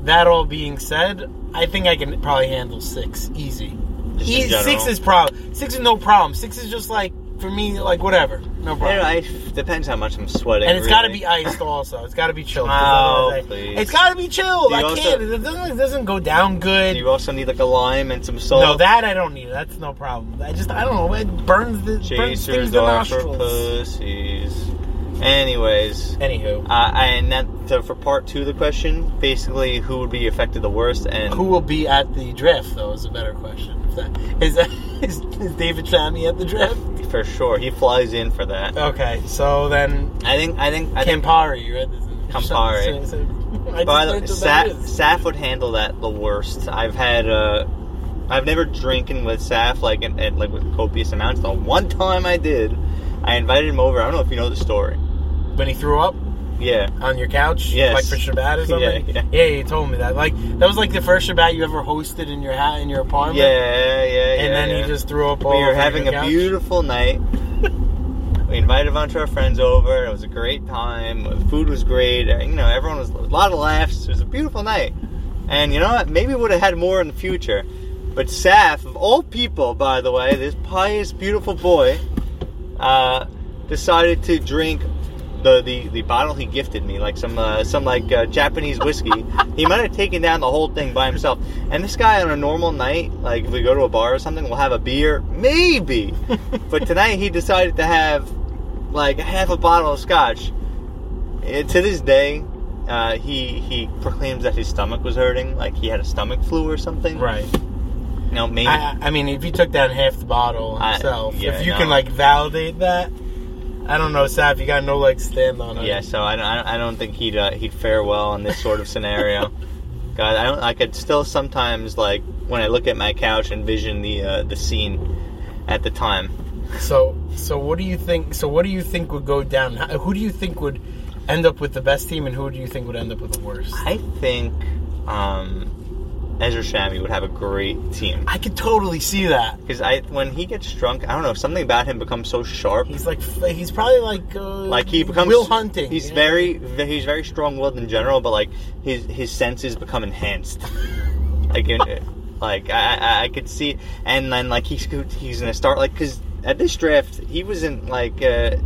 [SPEAKER 2] that all being said, I think I can probably handle 6 easy.
[SPEAKER 1] Just in
[SPEAKER 2] E-
[SPEAKER 1] general.
[SPEAKER 2] six is problem. Six is no problem. Six is just like for me, like whatever, no
[SPEAKER 1] I don't
[SPEAKER 2] problem.
[SPEAKER 1] know, I- depends how much I'm sweating.
[SPEAKER 2] and it's
[SPEAKER 1] really.
[SPEAKER 2] got to be iced also. It's got to be chilled. 'cause
[SPEAKER 1] Oh,
[SPEAKER 2] otherwise I-
[SPEAKER 1] please.
[SPEAKER 2] It's got to be chilled.
[SPEAKER 1] Do you
[SPEAKER 2] I
[SPEAKER 1] also-
[SPEAKER 2] can't. It doesn't, it doesn't go down good.
[SPEAKER 1] You also need like a lime and some salt.
[SPEAKER 2] No, that I don't need. That's no problem. I just I don't know. It burns the burns
[SPEAKER 1] Chasers
[SPEAKER 2] things the
[SPEAKER 1] are for
[SPEAKER 2] nostrils.
[SPEAKER 1] pussies. Anyways,
[SPEAKER 2] Anywho,
[SPEAKER 1] uh, and that so for part two of the question, basically who would be affected the worst and
[SPEAKER 2] who will be at the draft though is a better question. If that is that is, is David Shammy at the draft?
[SPEAKER 1] for sure he flies in for that.
[SPEAKER 2] Okay, so then
[SPEAKER 1] I think I think I think
[SPEAKER 2] Campari, right?
[SPEAKER 1] Campari.
[SPEAKER 2] I just
[SPEAKER 1] By the way,
[SPEAKER 2] mentioned that
[SPEAKER 1] Saf,
[SPEAKER 2] is.
[SPEAKER 1] Saf would handle that the worst. I've had, uh, I've never drinking with Saf like in, at, like with copious amounts. The one time I did, I invited him over. I don't know if you know the story.
[SPEAKER 2] when he threw up
[SPEAKER 1] Yeah,
[SPEAKER 2] on your couch,
[SPEAKER 1] Yes.
[SPEAKER 2] like for Shabbat or something.
[SPEAKER 1] Yeah,
[SPEAKER 2] you told me that. Like that was like the first Shabbat you ever hosted in your hat in your
[SPEAKER 1] yeah,
[SPEAKER 2] apartment.
[SPEAKER 1] yeah, yeah.
[SPEAKER 2] and then
[SPEAKER 1] yeah.
[SPEAKER 2] he just threw up. All
[SPEAKER 1] we
[SPEAKER 2] over
[SPEAKER 1] were having
[SPEAKER 2] your
[SPEAKER 1] a
[SPEAKER 2] couch.
[SPEAKER 1] beautiful night. we invited a bunch of our friends over. It was a great time. The food was great. Uh, You know, everyone was a lot of laughs. It was a beautiful night. And you know what? Maybe we would have had more in the future. But Saf, of all people, by the way, this pious, beautiful boy, uh, decided to drink the, the, the bottle he gifted me, like some uh, some like uh, Japanese whiskey. he might have taken down the whole thing by himself. And this guy on a normal night, like if we go to a bar or something, we'll have a beer, maybe. but tonight he decided to have like half a bottle of scotch. And to this day, uh, he he proclaims that his stomach was hurting, like he had a stomach flu or something.
[SPEAKER 2] Right.
[SPEAKER 1] You know, maybe.
[SPEAKER 2] I, I mean, if he took down half the bottle
[SPEAKER 1] I-
[SPEAKER 2] himself,
[SPEAKER 1] yeah,
[SPEAKER 2] if you
[SPEAKER 1] no.
[SPEAKER 2] can like validate that, I don't know, Saf. You got no like stand on it.
[SPEAKER 1] Yeah, so I don't, I don't- I don't think he'd uh, he'd fare well in this sort of scenario. God, I don't. I could still sometimes like when I look at my couch envision the uh, the scene at the time.
[SPEAKER 2] So so what do you think? So what do you think would go down? How- Who do you think would end up with the best team, and who do you think would end up with the worst?
[SPEAKER 1] I think um, Ezra Shami would have a great team
[SPEAKER 2] I could totally see that.
[SPEAKER 1] because I when he gets drunk, I don't know something about him becomes so sharp.
[SPEAKER 2] He's like he's probably like uh,
[SPEAKER 1] Like he becomes
[SPEAKER 2] Will Hunting.
[SPEAKER 1] He's
[SPEAKER 2] Yeah.
[SPEAKER 1] very he's very strong willed in general, but like his his senses become enhanced. like in- like I, I I could see, and then like he's go- he's gonna start like because at this draft he wasn't like uh,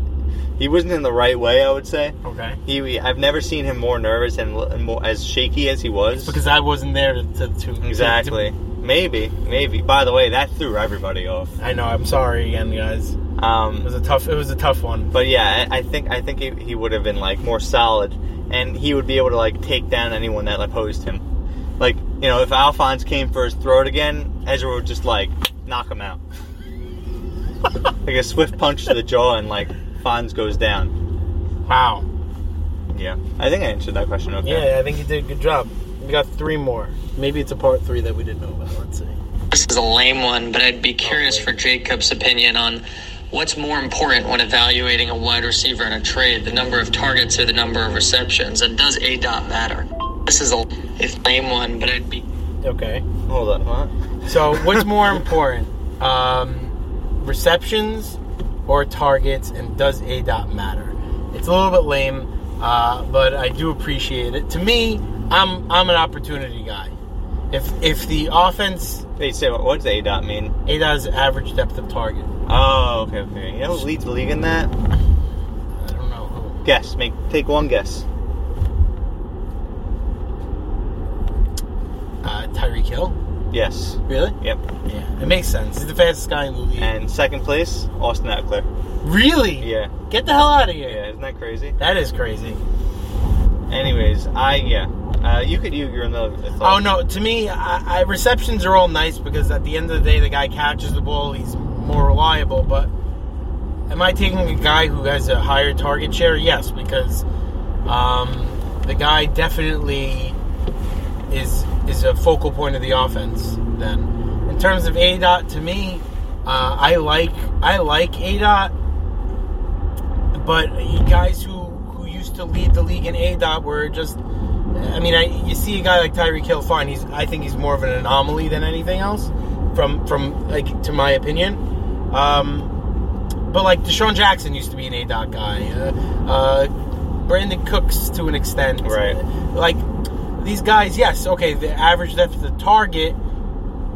[SPEAKER 1] he wasn't in the right way. I would say
[SPEAKER 2] okay
[SPEAKER 1] he I've never seen him more nervous and, l- and more as shaky as he was.
[SPEAKER 2] because I wasn't there to, to, to to-
[SPEAKER 1] exactly. Maybe, maybe. By the way, that threw everybody off.
[SPEAKER 2] I know. I'm sorry again, guys. It
[SPEAKER 1] Um,
[SPEAKER 2] was a tough. It was a tough one.
[SPEAKER 1] But yeah, I, I think I think he, he would have been like more solid, and he would be able to like take down anyone that opposed him. Like you know, if Alphonse came for his throat again, Ezra would just like knock him out, like a swift punch to the jaw, and like Fonz goes down.
[SPEAKER 2] Wow.
[SPEAKER 1] Yeah, I think I answered that question. Okay.
[SPEAKER 2] Yeah, I think you did a good job. We got three more. Maybe it's a part three that we didn't know about. Let's see.
[SPEAKER 3] This is a lame one, but I'd be curious for Jacob's opinion on what's more important when evaluating a wide receiver in a trade the number of targets or the number of receptions, and does A dot matter? This is a it's a lame one, but I'd be
[SPEAKER 2] Okay.
[SPEAKER 1] Hold up. What?
[SPEAKER 2] So what's more important, um, receptions or targets, and does A dot matter? It's a little bit lame, uh, but I do appreciate it. To me, I'm I'm an opportunity guy. If if the offense
[SPEAKER 1] They say what does A dot mean?
[SPEAKER 2] it has average depth of target,
[SPEAKER 1] Oh, okay, okay. You know who leads the league in that?
[SPEAKER 2] I don't know who.
[SPEAKER 1] Guess. Make take one guess.
[SPEAKER 2] Uh, Tyreek Hill,
[SPEAKER 1] Yes.
[SPEAKER 2] really?
[SPEAKER 1] Yep.
[SPEAKER 2] Yeah, it makes sense. He's the fastest guy in the league.
[SPEAKER 1] And second place, Austin Eckler.
[SPEAKER 2] really?
[SPEAKER 1] Yeah.
[SPEAKER 2] Get the hell out of here.
[SPEAKER 1] Yeah. Isn't that crazy?
[SPEAKER 2] That is crazy.
[SPEAKER 1] Anyways, I yeah. Uh, you could you you're another.
[SPEAKER 2] Oh no! To me, I, I, receptions are all nice because at the end of the day, the guy catches the ball; he's more reliable. But am I taking a guy who has a higher target share? Yes, because um, the guy definitely is is a focal point of the offense. Then, in terms of A dot, to me, uh, I like I like A dot but guys who who used to lead the league in A dot were just. I mean, I, you see a guy like Tyreek Hill, fine. He's I think he's more of an anomaly than anything else, from from like to my opinion. Um, but like Deshaun Jackson used to be an A dot guy. Uh, uh, Brandon Cooks to an extent,
[SPEAKER 1] Right.
[SPEAKER 2] Like these guys, yes, okay. The average depth of the target.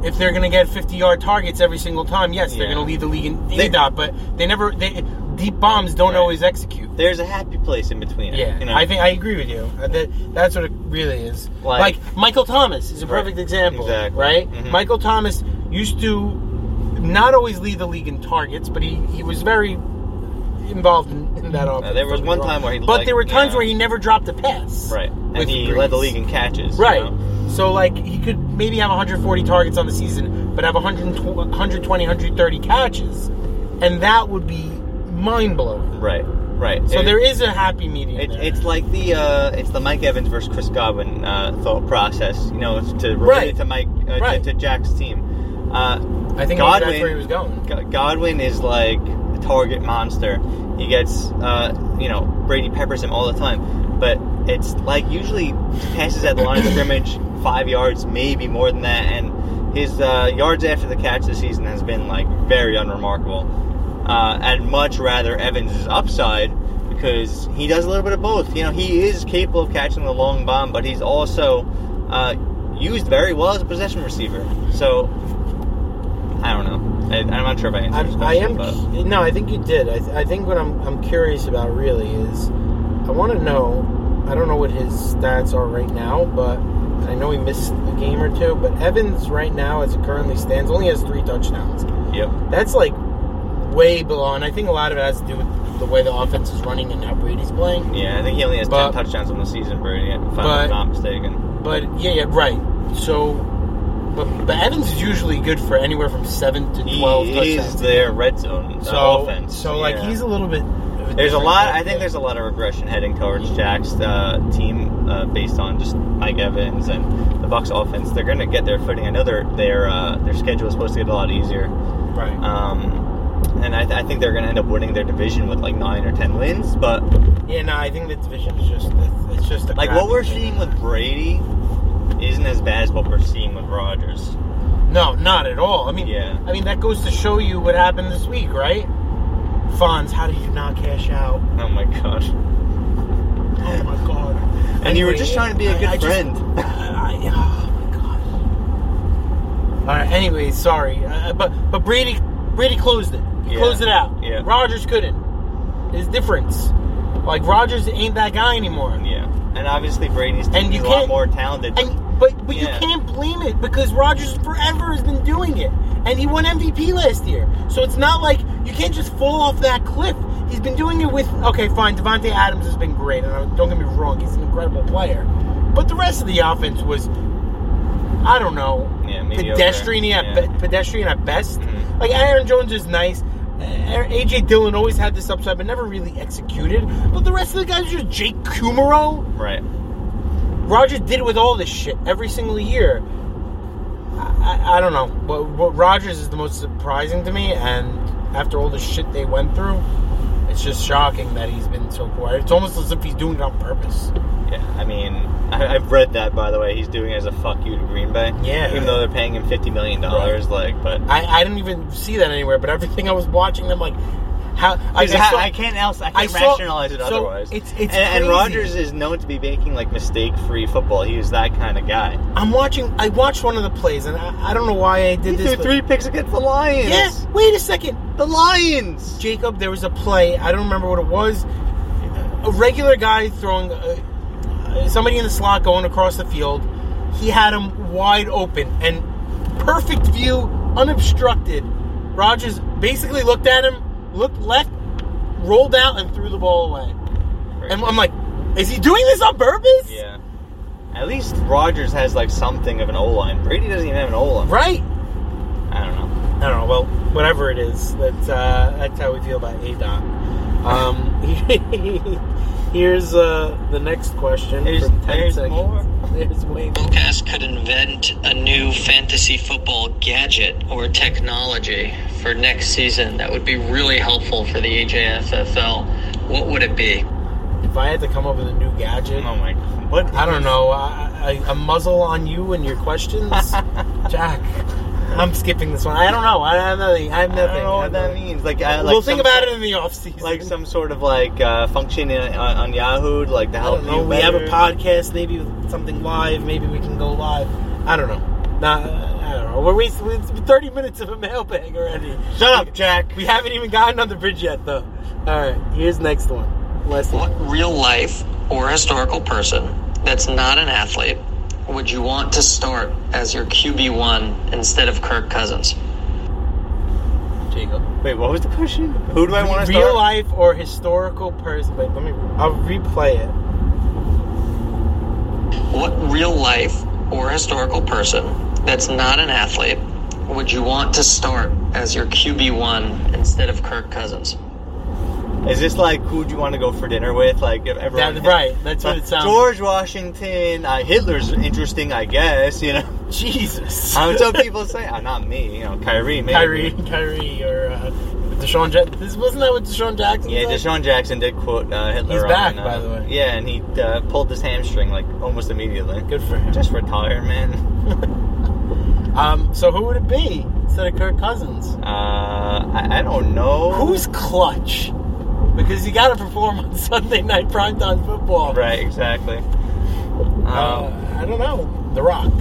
[SPEAKER 2] If they're gonna get fifty-yard targets every single time, yes, they're
[SPEAKER 1] Yeah.
[SPEAKER 2] gonna lead the league in
[SPEAKER 1] They-
[SPEAKER 2] A dot. But they never they deep bombs don't
[SPEAKER 1] Right.
[SPEAKER 2] always execute.
[SPEAKER 1] There's a happy place in between. it,
[SPEAKER 2] Yeah,
[SPEAKER 1] You know?
[SPEAKER 2] I think I agree with you. Uh, That that's what it really is.
[SPEAKER 1] Like-
[SPEAKER 2] Like, Michael Thomas is a
[SPEAKER 1] Right.
[SPEAKER 2] perfect example,
[SPEAKER 1] Exactly.
[SPEAKER 2] right?
[SPEAKER 1] Mhm.
[SPEAKER 2] Michael Thomas used to not always lead the league in targets, but he, he was very involved in, in that offense.
[SPEAKER 1] there was
[SPEAKER 2] don't get
[SPEAKER 1] one
[SPEAKER 2] me wrong.
[SPEAKER 1] time where he
[SPEAKER 2] but
[SPEAKER 1] like-
[SPEAKER 2] there were times
[SPEAKER 1] yeah.
[SPEAKER 2] where he never dropped a pass,
[SPEAKER 1] Right. And
[SPEAKER 2] with
[SPEAKER 1] he
[SPEAKER 2] Breeze.
[SPEAKER 1] led the league in catches. you
[SPEAKER 2] Right.
[SPEAKER 1] know?
[SPEAKER 2] So, like, he could maybe have 140 targets on the season, but have 120, 120 130 catches. And that would be mind blowing.
[SPEAKER 1] Right. Right.
[SPEAKER 2] So,
[SPEAKER 1] It-
[SPEAKER 2] there is a happy medium.
[SPEAKER 1] It,
[SPEAKER 2] there.
[SPEAKER 1] it's like the uh, it's the Mike Evans versus Chris Godwin uh, thought process, you know, to relate it
[SPEAKER 2] Right.
[SPEAKER 1] to Mike uh, to-
[SPEAKER 2] Right.
[SPEAKER 1] to, Jack's team. Uh,
[SPEAKER 2] I think
[SPEAKER 1] Godwin-
[SPEAKER 2] that's where he was going.
[SPEAKER 1] Go- Godwin is like a target monster. He gets uh, you know Brady peppers him all the time, but it's like usually passes at the line of scrimmage five yards, maybe more than that, and his uh, yards after the catch this season has been like very unremarkable. Uh, I'd much rather Evans' upside because he does a little bit of both. You know, he is capable of catching the long bomb, but he's also uh, used very well as a possession receiver. So I don't know. I, I'm not sure if I answered his
[SPEAKER 2] I'm, I
[SPEAKER 1] question,
[SPEAKER 2] am.
[SPEAKER 1] but
[SPEAKER 2] cu- No, I think you did. I, th- I think what I'm, I'm curious about really is I want to know. I don't know what his stats are right now, but I know he missed a game or two. But Evans, right now, as it currently stands, only has three touchdowns.
[SPEAKER 1] yep,
[SPEAKER 2] That's like way below, and I think a lot of it has to do with the way the offense is running and how Brady's playing.
[SPEAKER 1] yeah. I think he only has
[SPEAKER 2] But-
[SPEAKER 1] ten touchdowns on the season, Brady. If I'm
[SPEAKER 2] But-
[SPEAKER 1] not mistaken,
[SPEAKER 2] But yeah, yeah, right. So, but, but Evans is usually good for anywhere from seven to
[SPEAKER 1] he
[SPEAKER 2] twelve
[SPEAKER 1] is
[SPEAKER 2] touchdowns.
[SPEAKER 1] their red zone uh,
[SPEAKER 2] so,
[SPEAKER 1] offense.
[SPEAKER 2] so like
[SPEAKER 1] yeah.
[SPEAKER 2] he's a little bit.
[SPEAKER 1] There's a lot. I think there's a lot of regression heading towards Jack's uh, team uh, based on just Mike Evans and the Bucks offense. They're going to get their footing. I know their their uh, their schedule is supposed to get a Uh, lot easier,
[SPEAKER 2] right.
[SPEAKER 1] um, and I, th- I think they're going to end up winning their division with like nine or ten wins. But
[SPEAKER 2] Yeah, no, I think the division is just it's, it's just a
[SPEAKER 1] like
[SPEAKER 2] crappy
[SPEAKER 1] what we're
[SPEAKER 2] thing.
[SPEAKER 1] seeing with Brady isn't as bad as what we're seeing with Rogers.
[SPEAKER 2] No, not at all. I mean,
[SPEAKER 1] Yeah.
[SPEAKER 2] I mean that goes to show you what happened this week, right? Fonz, how did you not cash out?
[SPEAKER 1] Oh my gosh.
[SPEAKER 2] Oh my god!
[SPEAKER 1] And you were just trying to be a
[SPEAKER 2] a
[SPEAKER 1] good friend.
[SPEAKER 2] I, I- oh my god! All right. Anyways, sorry, uh, but but Brady Brady closed it. He
[SPEAKER 1] Yeah.
[SPEAKER 2] closed it out.
[SPEAKER 1] Yeah.
[SPEAKER 2] Rogers couldn't. It's difference. Like Rogers ain't that guy anymore.
[SPEAKER 1] Yeah. And obviously Brady's team
[SPEAKER 2] And you
[SPEAKER 1] is a lot
[SPEAKER 2] can't-
[SPEAKER 1] more talented.
[SPEAKER 2] And but but
[SPEAKER 1] Yeah.
[SPEAKER 2] you can't blame it because Rogers forever has been doing it, and he won MVP last year. So it's not like you can't just fall off that cliff. He's been doing it with okay, fine. Devonte Adams has been great, and I- don't get me wrong, he's an incredible player. But the rest of the offense was, I don't know,
[SPEAKER 1] Yeah, mediocre.
[SPEAKER 2] pedestrian at
[SPEAKER 1] Yeah.
[SPEAKER 2] be- pedestrian at best.
[SPEAKER 1] Mhm.
[SPEAKER 2] Like Aaron Jones is nice. A- AJ Dillon always had this upside, but never really executed. But the rest of the guys are just Jake Kumaro.
[SPEAKER 1] right.
[SPEAKER 2] Rogers did with all this shit every single year. I, I, I don't know. What, what Rogers is the most surprising to me, and after all the shit they went through, it's just shocking that he's been so quiet. It's almost as if he's doing it on purpose.
[SPEAKER 1] Yeah. I mean, I, I've read that by the way. He's doing it as a fuck you to Green Bay.
[SPEAKER 2] Yeah.
[SPEAKER 1] Even though they're paying him fifty million dollars, like, but
[SPEAKER 2] I, I didn't even see that anywhere, but everything I was watching, I'm like, How I, I,
[SPEAKER 1] 'Cause I,
[SPEAKER 2] saw-
[SPEAKER 1] I can't else. I
[SPEAKER 2] I
[SPEAKER 1] can't
[SPEAKER 2] saw-
[SPEAKER 1] rationalize it
[SPEAKER 2] so
[SPEAKER 1] otherwise.
[SPEAKER 2] it's- it's
[SPEAKER 1] and, and
[SPEAKER 2] crazy.
[SPEAKER 1] Rogers is known to be making like mistake-free football. He was that kind of guy.
[SPEAKER 2] I'm watching. I watched one of the plays, and I, I don't know why I did
[SPEAKER 1] He
[SPEAKER 2] this.
[SPEAKER 1] threw
[SPEAKER 2] but-
[SPEAKER 1] three picks against the Lions.
[SPEAKER 2] Yeah. Wait a second.
[SPEAKER 1] the Lions.
[SPEAKER 2] Jacob, there was a play. I don't remember what it was. A regular guy throwing uh, somebody in the slot going across the field. He had him wide open and perfect view, unobstructed. Rogers basically looked at him, looked left, rolled out, and threw the ball away. And I'm like, is he doing this on purpose?
[SPEAKER 1] yeah. At least Rogers has like something of an O line. Brady doesn't even have an O line.
[SPEAKER 2] Right?
[SPEAKER 1] I don't know.
[SPEAKER 2] I don't know. Well, whatever it is, that's uh, that's how we feel about Adon. Um, here's uh, the next question.
[SPEAKER 1] There's-
[SPEAKER 2] from 10
[SPEAKER 1] there's
[SPEAKER 2] seconds.
[SPEAKER 1] more?
[SPEAKER 2] There's way more.
[SPEAKER 3] Comcast could invent a new fantasy football gadget or technology for next season that would be really helpful for the AJFFL, what would it be?
[SPEAKER 2] If I had to come up with a new gadget,
[SPEAKER 1] Oh my. What?
[SPEAKER 2] I don't know. I, I, a muzzle on you and your questions, Jack. I'm skipping this one. I don't know. I have nothing. I have
[SPEAKER 1] I
[SPEAKER 2] nothing.
[SPEAKER 1] don't know what that means. Like, I, like
[SPEAKER 2] we'll think
[SPEAKER 1] some
[SPEAKER 2] about
[SPEAKER 1] sort-
[SPEAKER 2] it in the off season.
[SPEAKER 1] Like some sort of like uh, function in, on, on Yahoo, like to
[SPEAKER 2] I
[SPEAKER 1] help
[SPEAKER 2] don't know.
[SPEAKER 1] you.
[SPEAKER 2] We have a
[SPEAKER 1] better.
[SPEAKER 2] podcast, maybe with something live. Maybe we can go live. I don't know. Nah, I don't know. We're wasting it's been 30 minutes of a mailbag already.
[SPEAKER 1] Shut up, Jack.
[SPEAKER 2] We haven't even gotten on the bridge yet, though. All right, here's next one. Leslie.
[SPEAKER 3] What real life or historical person that's not an athlete would you want to start as your QB1 instead of Kirk Cousins?
[SPEAKER 2] Jacob.
[SPEAKER 1] Wait, what was the question? Who do I want to
[SPEAKER 2] Real
[SPEAKER 1] start?
[SPEAKER 2] life or historical person? Wait, let me. I'll replay it.
[SPEAKER 3] What real life or historical person that's not an athlete would you want to start as your QB1 instead of Kirk Cousins?
[SPEAKER 1] Is this like who do you want to go for dinner with? Like if everyone.
[SPEAKER 2] That's right. That's what it sounds.
[SPEAKER 1] George Washington, uh, Hitler's interesting, I guess. You know,
[SPEAKER 2] Jesus.
[SPEAKER 1] Um, some people say, uh, not me. You know, Kyrie, maybe.
[SPEAKER 2] Kyrie, Kyrie, or uh, Deshaun Jackson. This wasn't that what Deshaun Jackson?
[SPEAKER 1] Yeah,
[SPEAKER 2] said?
[SPEAKER 1] Deshaun Jackson did quote uh, Hitler.
[SPEAKER 2] He's
[SPEAKER 1] on,
[SPEAKER 2] back,
[SPEAKER 1] uh,
[SPEAKER 2] by the way.
[SPEAKER 1] Yeah, and he uh, pulled his hamstring like almost immediately.
[SPEAKER 2] Good for him.
[SPEAKER 1] Just retire, man.
[SPEAKER 2] Um, so who would it be instead of Kirk Cousins?
[SPEAKER 1] Uh, I, I don't know.
[SPEAKER 2] Who's clutch? Because you got to perform on Sunday night primetime football.
[SPEAKER 1] right? Exactly.
[SPEAKER 2] Uh,
[SPEAKER 1] Um,
[SPEAKER 2] I don't know. The Rock.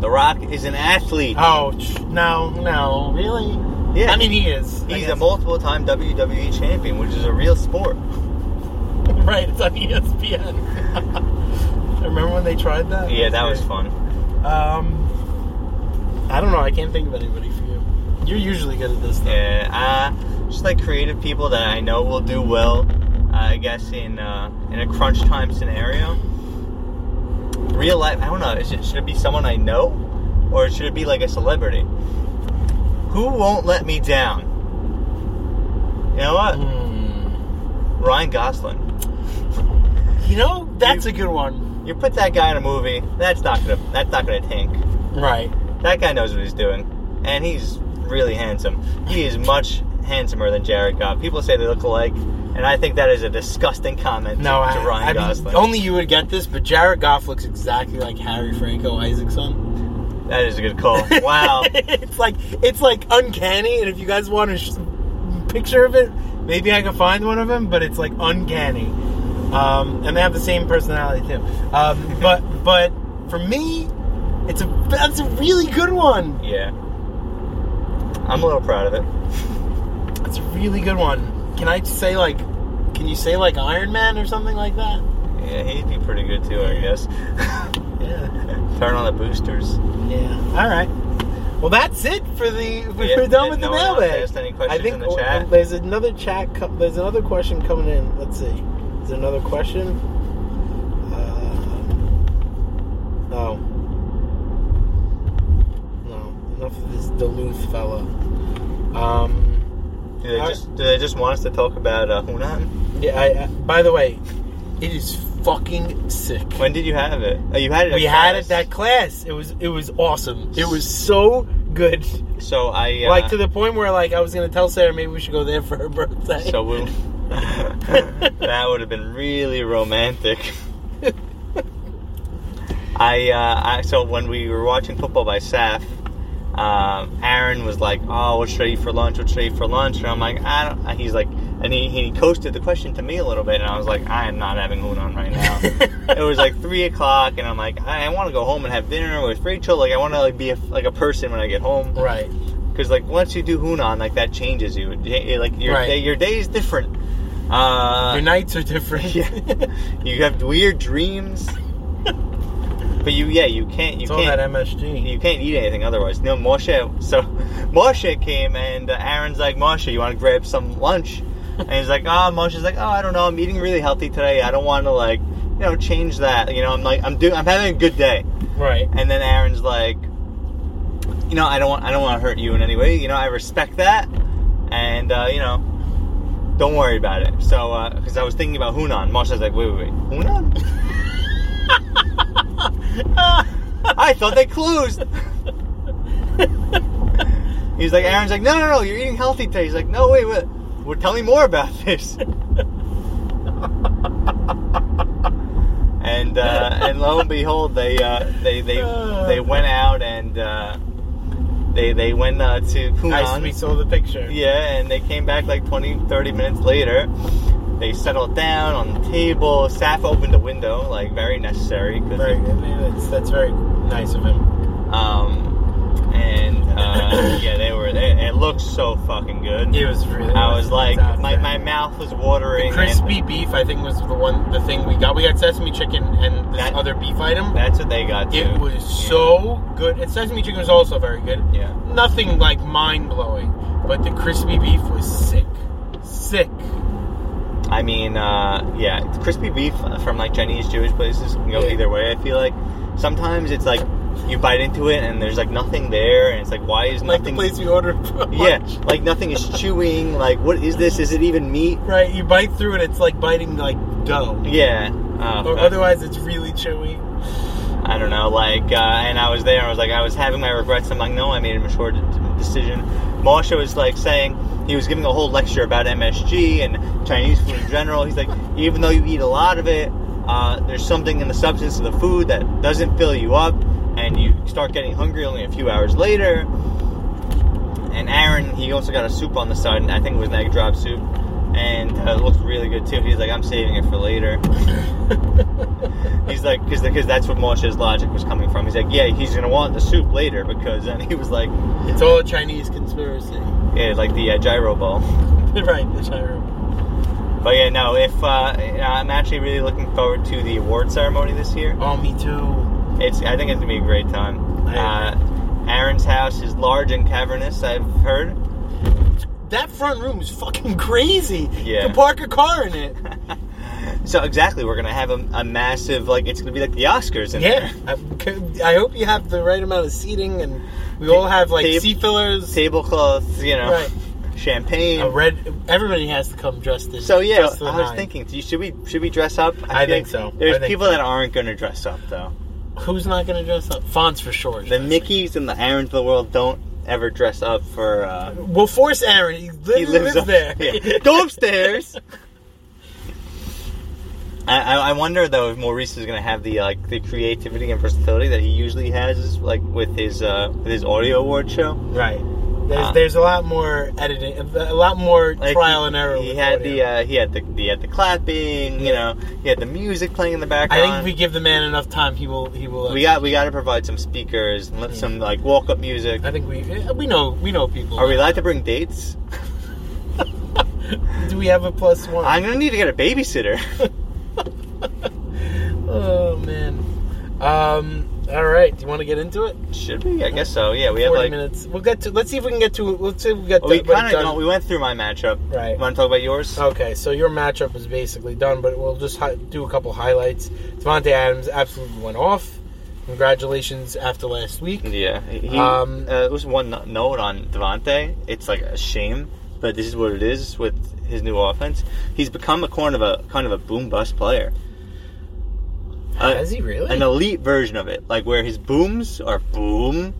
[SPEAKER 1] the Rock is an athlete.
[SPEAKER 2] Oh ch- no, no, really?
[SPEAKER 1] Yeah.
[SPEAKER 2] I mean, he is. I
[SPEAKER 1] He's a
[SPEAKER 2] guess.
[SPEAKER 1] multiple-time WWE champion, which is a real sport.
[SPEAKER 2] right. It's on E ESPN. I remember when they tried that.
[SPEAKER 1] Yeah, that was
[SPEAKER 2] great.
[SPEAKER 1] fun.
[SPEAKER 2] Um, I don't know. I can't think of anybody for you. You're usually good at this stuff.
[SPEAKER 1] Yeah, uh, just like creative people that I know will do well, I guess in uh, in a crunch time scenario. Real life, I don't know. Is it, should it be someone I know, or should it be like a celebrity? Who won't let me down? You know what?
[SPEAKER 2] Hmm.
[SPEAKER 1] Ryan Gosling.
[SPEAKER 2] You know, that's a good one.
[SPEAKER 1] You put that guy in a movie, that's not gonna that's not gonna tank.
[SPEAKER 2] Right.
[SPEAKER 1] That guy knows what he's doing, and he's really handsome. He is much handsomer than Jared Goff. People say they look alike, and I think that is a disgusting comment
[SPEAKER 2] No,
[SPEAKER 1] to,
[SPEAKER 2] I,
[SPEAKER 1] to Ryan
[SPEAKER 2] I mean,
[SPEAKER 1] Gosling.
[SPEAKER 2] only you would get this, but Jared Goff looks exactly like Harry Franco Isaacson.
[SPEAKER 1] that is a good call. Wow.
[SPEAKER 2] it's like it's like uncanny, and if you guys want a sh- picture of it, maybe I can find one of him. But it's like uncanny, um, and they have the same personality too. Um, but but for me, it's a that's a really good one.
[SPEAKER 1] yeah. I'm a little proud of it.
[SPEAKER 2] That's a really good one. Can I say like, can you say like Iron Man or something like that?
[SPEAKER 1] Yeah, he'd be pretty good too, I guess.
[SPEAKER 2] Yeah.
[SPEAKER 1] Turn on the boosters.
[SPEAKER 2] Yeah. All right. Well, that's it for the.
[SPEAKER 1] Yeah,
[SPEAKER 2] we're done
[SPEAKER 1] did
[SPEAKER 2] with the
[SPEAKER 1] no one else
[SPEAKER 2] mailbag.
[SPEAKER 1] ask any questions
[SPEAKER 2] I think uh,
[SPEAKER 1] in the chat?
[SPEAKER 2] there's another chat. Co- there's another question coming in. Let's see. Is there another question? Uh, no. No. Enough of this Duluth fella. Um.
[SPEAKER 1] Do they just do they just want us to talk about uh, Hunan?
[SPEAKER 2] Yeah. I, I, by the way, it is fucking sick.
[SPEAKER 1] When did you have it? Oh, you had it. at
[SPEAKER 2] we had it
[SPEAKER 1] class.
[SPEAKER 2] that class. It was it was awesome. It was so good.
[SPEAKER 1] So I uh,
[SPEAKER 2] Like to the point where like I was gonna tell Sarah maybe we should go there for her birthday.
[SPEAKER 1] So we that would have been really romantic. I, uh, I so when we were watching football by Saf, um, Aaron was like, "Oh, what should I eat for lunch? What should I eat for lunch?" And I'm like, "I don't." He's like, and he, he coasted the question to me a little bit, and I was like, I am not having Unan right now. it was like three o'clock, and I'm like, I, I want to go home and have dinner with Rachel. Like, I want to like be a, like a person when I get home.
[SPEAKER 2] right.
[SPEAKER 1] because like once you do Hunan, like that changes you. It- it- Like your
[SPEAKER 2] Right.
[SPEAKER 1] day, your day is different. Uh,
[SPEAKER 2] Your nights are different.
[SPEAKER 1] yeah, you have weird dreams. but you, yeah, you can't. You
[SPEAKER 2] it's all
[SPEAKER 1] can't.
[SPEAKER 2] that MSG.
[SPEAKER 1] you can't eat anything otherwise. No, Moshe. So Moshe came and uh, Aaron's like, Moshe, you want to grab some lunch? And he's like, oh, Moshe's like, oh, I don't know. I'm eating really healthy today. I don't want to like, you know, change that. You know, I'm like, I'm doing, I'm having a good day.
[SPEAKER 2] Right.
[SPEAKER 1] And then Aaron's like, you know, I don't want, I don't want to hurt you in any way. You know, I respect that, and uh, you know, don't worry about it. So, because I was thinking about Hunan, Marsha's like, wait, wait, wait, Hunan? I thought they closed. He's like, Aaron's like, no, no, no, you're eating healthy today. He's like, no, wait, wait, well, tell me more about this. And uh, and lo and behold, they uh, they they they went out and uh, they they went uh, to Hunan.
[SPEAKER 2] I, we saw the picture.
[SPEAKER 1] Yeah, and they came back like 20, 30 minutes later. They settled down on the table. Saf opened the window, like very necessary. 'cause,
[SPEAKER 2] Very, that's, that's very nice of him.
[SPEAKER 1] Um, and uh, yeah, they were. They, it looked so fucking good.
[SPEAKER 2] It was really.
[SPEAKER 1] I was like,
[SPEAKER 2] out
[SPEAKER 1] my,
[SPEAKER 2] there.
[SPEAKER 1] my mouth was watering.
[SPEAKER 2] The
[SPEAKER 1] and
[SPEAKER 2] crispy beef, I think, was the one the thing we got. We got sesame chicken and this
[SPEAKER 1] That-
[SPEAKER 2] other beef item.
[SPEAKER 1] that's what they got.
[SPEAKER 2] It
[SPEAKER 1] too.
[SPEAKER 2] was so good, and sesame chicken was also very good.
[SPEAKER 1] Yeah.
[SPEAKER 2] Nothing like mind blowing, but the crispy beef was sick, sick.
[SPEAKER 1] I mean, uh, yeah, crispy beef from like Chinese Jewish places can go
[SPEAKER 2] Yeah.
[SPEAKER 1] either way. I feel like sometimes it's like you bite into it and there's like nothing there, and it's like why is
[SPEAKER 2] Like the
[SPEAKER 1] nothing?
[SPEAKER 2] place we ordered from.
[SPEAKER 1] yeah, like nothing is chewing. Like what is this? Is it even meat?
[SPEAKER 2] Right. You bite through it, it's like biting like dough.
[SPEAKER 1] Yeah. Oh,
[SPEAKER 2] Or
[SPEAKER 1] fuck.
[SPEAKER 2] otherwise, it's really chewy.
[SPEAKER 1] I don't know. Like, uh, and I was there. I was like, I was having my regrets. I'm like, no, I made a mature d- decision. Marsha was like saying he was giving a whole lecture about MSG and Chinese food in general. He's like, even though you eat a lot of it, uh, there's something in the substance of the food that doesn't fill you up, and you start getting hungry only a few hours later. And Aaron, he also got a soup on the side, and I think it was an egg drop soup, and uh, it looked really good too. He's like, I'm saving it for later. He's like, because that's where Moshe's logic was coming from. He's like, yeah, he's gonna want the soup later because, and he was like,
[SPEAKER 2] It's all a Chinese conspiracy.
[SPEAKER 1] yeah, like the uh, gyro ball.
[SPEAKER 2] right. The gyro.
[SPEAKER 1] But yeah, no, if uh, you know, I'm actually really looking forward to the award ceremony this year.
[SPEAKER 2] Oh, me too.
[SPEAKER 1] It's I think it's gonna be a great time.
[SPEAKER 2] Yeah.
[SPEAKER 1] Uh, Aaron's house is large and cavernous. I've heard.
[SPEAKER 2] That front room is fucking crazy. You
[SPEAKER 1] Yeah.
[SPEAKER 2] can park a car in it.
[SPEAKER 1] So exactly, we're gonna have a, a massive like it's gonna be like the Oscars. In
[SPEAKER 2] Yeah,
[SPEAKER 1] there.
[SPEAKER 2] I, I hope you have the right amount of seating, and we all have like
[SPEAKER 1] Tab-
[SPEAKER 2] seat fillers.
[SPEAKER 1] tablecloths, you know,
[SPEAKER 2] Right.
[SPEAKER 1] champagne.
[SPEAKER 2] A red. Everybody has to come dressed as.
[SPEAKER 1] So yeah,
[SPEAKER 2] dressed to the
[SPEAKER 1] I was
[SPEAKER 2] nines.
[SPEAKER 1] thinking, do you- should we should we dress up?
[SPEAKER 2] I
[SPEAKER 1] feel like
[SPEAKER 2] think so.
[SPEAKER 1] There's
[SPEAKER 2] I think
[SPEAKER 1] people
[SPEAKER 2] so.
[SPEAKER 1] that aren't going to dress up though.
[SPEAKER 2] who's not going to dress up? Fonts for sure.
[SPEAKER 1] The Mickeys and the Aarons of the world don't ever dress up for. Uh,
[SPEAKER 2] We'll force Aaron. He literally
[SPEAKER 1] he lives,
[SPEAKER 2] lives,
[SPEAKER 1] up-
[SPEAKER 2] there.
[SPEAKER 1] Yeah. Go upstairs. I, I I wonder though if Maurice is going to have the uh, like the creativity and versatility that he usually has, like with his uh, with his audio award show.
[SPEAKER 2] Right. There's,
[SPEAKER 1] Uh,
[SPEAKER 2] there's a lot more editing, a lot more
[SPEAKER 1] Like,
[SPEAKER 2] trial
[SPEAKER 1] he-
[SPEAKER 2] and error.
[SPEAKER 1] He
[SPEAKER 2] with
[SPEAKER 1] had
[SPEAKER 2] audio.
[SPEAKER 1] the uh, he had the he had the clapping, you know, he had the music playing in the
[SPEAKER 2] I
[SPEAKER 1] background.
[SPEAKER 2] think if we give the man enough time, he will. He will.
[SPEAKER 1] We got we got to provide some speakers and let some like walk up music.
[SPEAKER 2] uh, I think we we know we know people.
[SPEAKER 1] Are we allowed to bring dates?
[SPEAKER 2] Do we have a plus one?
[SPEAKER 1] I'm gonna need to get a babysitter.
[SPEAKER 2] oh man. Um. All right. Do you want to get into it?
[SPEAKER 1] Should we? I guess so. Yeah, we have
[SPEAKER 2] Forty
[SPEAKER 1] like
[SPEAKER 2] minutes. We'll get to. Let's see if we can get to. Let's see if we get.
[SPEAKER 1] we
[SPEAKER 2] done- what
[SPEAKER 1] kind of
[SPEAKER 2] done-
[SPEAKER 1] don't. We went through my matchup.
[SPEAKER 2] Right. Oh.
[SPEAKER 1] Want to talk about yours?
[SPEAKER 2] Okay, so your matchup is basically done, but we'll just hi- do a couple highlights. Devontae Adams absolutely went off. Congratulations after last week.
[SPEAKER 1] Yeah. He,
[SPEAKER 2] Um,
[SPEAKER 1] uh, it was one no- note on Devontae. It's like a shame, but this is what it is with his new offense. He's become a kind of a kind of a boom bust player. Uh,
[SPEAKER 2] Has he really?
[SPEAKER 1] an elite version of it, like where his booms are boom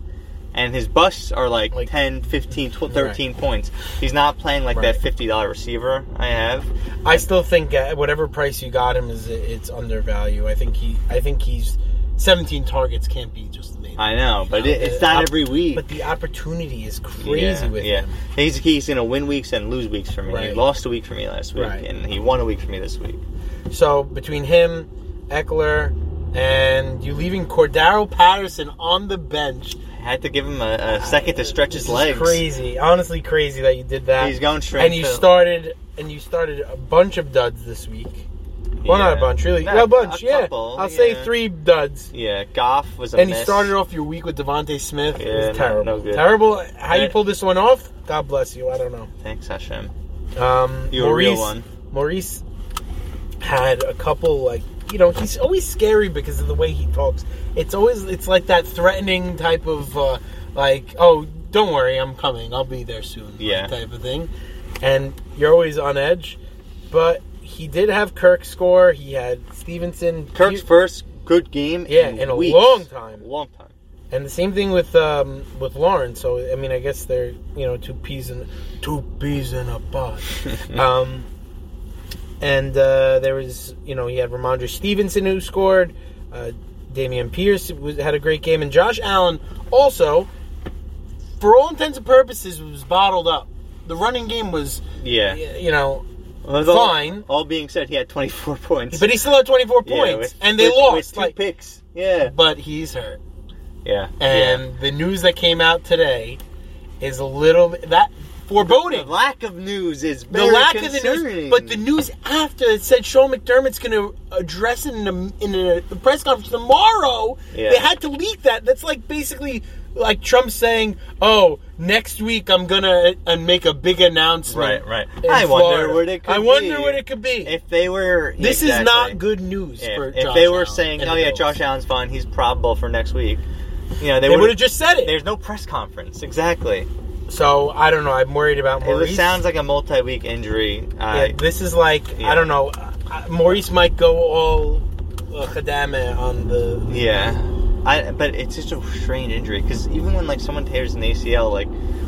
[SPEAKER 1] and his busts are like,
[SPEAKER 2] Like-
[SPEAKER 1] 10, 15, 12, 13 points. He's not playing like that $50 receiver I have.
[SPEAKER 2] I still think at whatever price you got him is it's undervalue. I think he I think he's 17 targets can't be just made.
[SPEAKER 1] I know, but
[SPEAKER 2] You
[SPEAKER 1] it, it's
[SPEAKER 2] the
[SPEAKER 1] not
[SPEAKER 2] op-
[SPEAKER 1] every week.
[SPEAKER 2] Uh, But the opportunity is crazy
[SPEAKER 1] yeah,
[SPEAKER 2] with
[SPEAKER 1] yeah.
[SPEAKER 2] him.
[SPEAKER 1] He's he's gonna win weeks and lose weeks for me. He
[SPEAKER 2] Right.
[SPEAKER 1] lost a week for me last week,
[SPEAKER 2] Right.
[SPEAKER 1] and he won a week for me this week.
[SPEAKER 2] So between him, Eckler, and you leaving Cordaro Patterson on the bench,
[SPEAKER 1] I had to give him a, a second to stretch
[SPEAKER 2] Ah, this
[SPEAKER 1] his
[SPEAKER 2] is
[SPEAKER 1] legs.
[SPEAKER 2] crazy, honestly, crazy that you did that.
[SPEAKER 1] He's going straight.
[SPEAKER 2] and you
[SPEAKER 1] to-
[SPEAKER 2] started, and you started a bunch of duds this week. Well, not a
[SPEAKER 1] Yeah.
[SPEAKER 2] bunch, really.
[SPEAKER 1] No,
[SPEAKER 2] Well, a bunch, yeah.
[SPEAKER 1] couple,
[SPEAKER 2] I'll say
[SPEAKER 1] yeah.
[SPEAKER 2] three duds.
[SPEAKER 1] Yeah, Goff was a
[SPEAKER 2] And
[SPEAKER 1] miss.
[SPEAKER 2] you started off your week with Devonte Smith.
[SPEAKER 1] Yeah,
[SPEAKER 2] it
[SPEAKER 1] no-
[SPEAKER 2] was terrible.
[SPEAKER 1] no good.
[SPEAKER 2] terrible. How
[SPEAKER 1] Yeah.
[SPEAKER 2] you pulled this one off? God bless you. I don't know.
[SPEAKER 1] Thanks, Hashem.
[SPEAKER 2] Um,
[SPEAKER 1] You were a
[SPEAKER 2] Maurice,
[SPEAKER 1] real one.
[SPEAKER 2] Maurice had a couple like you know he's always scary because of the way he talks. It's always it's like that threatening type of uh, like oh don't worry I'm coming I'll be there soon like,
[SPEAKER 1] Yeah.
[SPEAKER 2] type of thing, and you're always on edge. But he did have Kirk score. He had Stevenson.
[SPEAKER 1] Kirk's
[SPEAKER 2] He-
[SPEAKER 1] first good game.
[SPEAKER 2] Yeah,
[SPEAKER 1] in,
[SPEAKER 2] in a
[SPEAKER 1] weeks.
[SPEAKER 2] long time.
[SPEAKER 1] Long time.
[SPEAKER 2] And the same thing with um, with Lauren. So I mean, I guess they're you know two peas in two peas in a pod. um, and uh, there was you know he had Ramondre Stevenson who scored. Uh, Damian Pierce was, had a great game, and Josh Allen also, for all intents and purposes, was bottled up. The running game was
[SPEAKER 1] Yeah.
[SPEAKER 2] y- you know,
[SPEAKER 1] With all-
[SPEAKER 2] fine.
[SPEAKER 1] All, being said, he had 24 points.
[SPEAKER 2] but he still had twenty four
[SPEAKER 1] Yeah,
[SPEAKER 2] points,
[SPEAKER 1] with-
[SPEAKER 2] and they
[SPEAKER 1] with-
[SPEAKER 2] lost.
[SPEAKER 1] with two
[SPEAKER 2] like,
[SPEAKER 1] picks. Yeah.
[SPEAKER 2] but he's hurt.
[SPEAKER 1] Yeah.
[SPEAKER 2] and the news that came out today is a little that
[SPEAKER 1] yeah. the
[SPEAKER 2] foreboding.
[SPEAKER 1] lack of news is
[SPEAKER 2] The
[SPEAKER 1] very
[SPEAKER 2] lack of the
[SPEAKER 1] concerning.
[SPEAKER 2] news, but the news after it said Sean McDermott's going to address it in a, in a press conference tomorrow.
[SPEAKER 1] Yeah.
[SPEAKER 2] They had to leak that. That's like basically like Trump saying, "Oh, next week I'm going to and make a big
[SPEAKER 1] Right,
[SPEAKER 2] announcement."
[SPEAKER 1] right.
[SPEAKER 2] in
[SPEAKER 1] I
[SPEAKER 2] Florida."
[SPEAKER 1] wonder what it could
[SPEAKER 2] I wonder
[SPEAKER 1] be.
[SPEAKER 2] what it could be.
[SPEAKER 1] If they were.
[SPEAKER 2] this
[SPEAKER 1] exactly.
[SPEAKER 2] is not good news
[SPEAKER 1] If,
[SPEAKER 2] for
[SPEAKER 1] if
[SPEAKER 2] Josh
[SPEAKER 1] they were
[SPEAKER 2] Allen
[SPEAKER 1] saying,
[SPEAKER 2] and
[SPEAKER 1] "Oh
[SPEAKER 2] the
[SPEAKER 1] yeah,
[SPEAKER 2] Bills."
[SPEAKER 1] Josh Allen's fine. He's probable for next week," you know, they,
[SPEAKER 2] They
[SPEAKER 1] would
[SPEAKER 2] would have just said it.
[SPEAKER 1] There's no press conference. Exactly.
[SPEAKER 2] So I don't know. I'm worried about Maurice.
[SPEAKER 1] It sounds like a multi-week injury. Uh,
[SPEAKER 2] Yeah, this is like
[SPEAKER 1] Yeah.
[SPEAKER 2] I don't know. uh, Maurice might go all uh, Khadame on the.
[SPEAKER 1] Yeah, I. But it's just a strange injury because even when like someone tears an ACL, like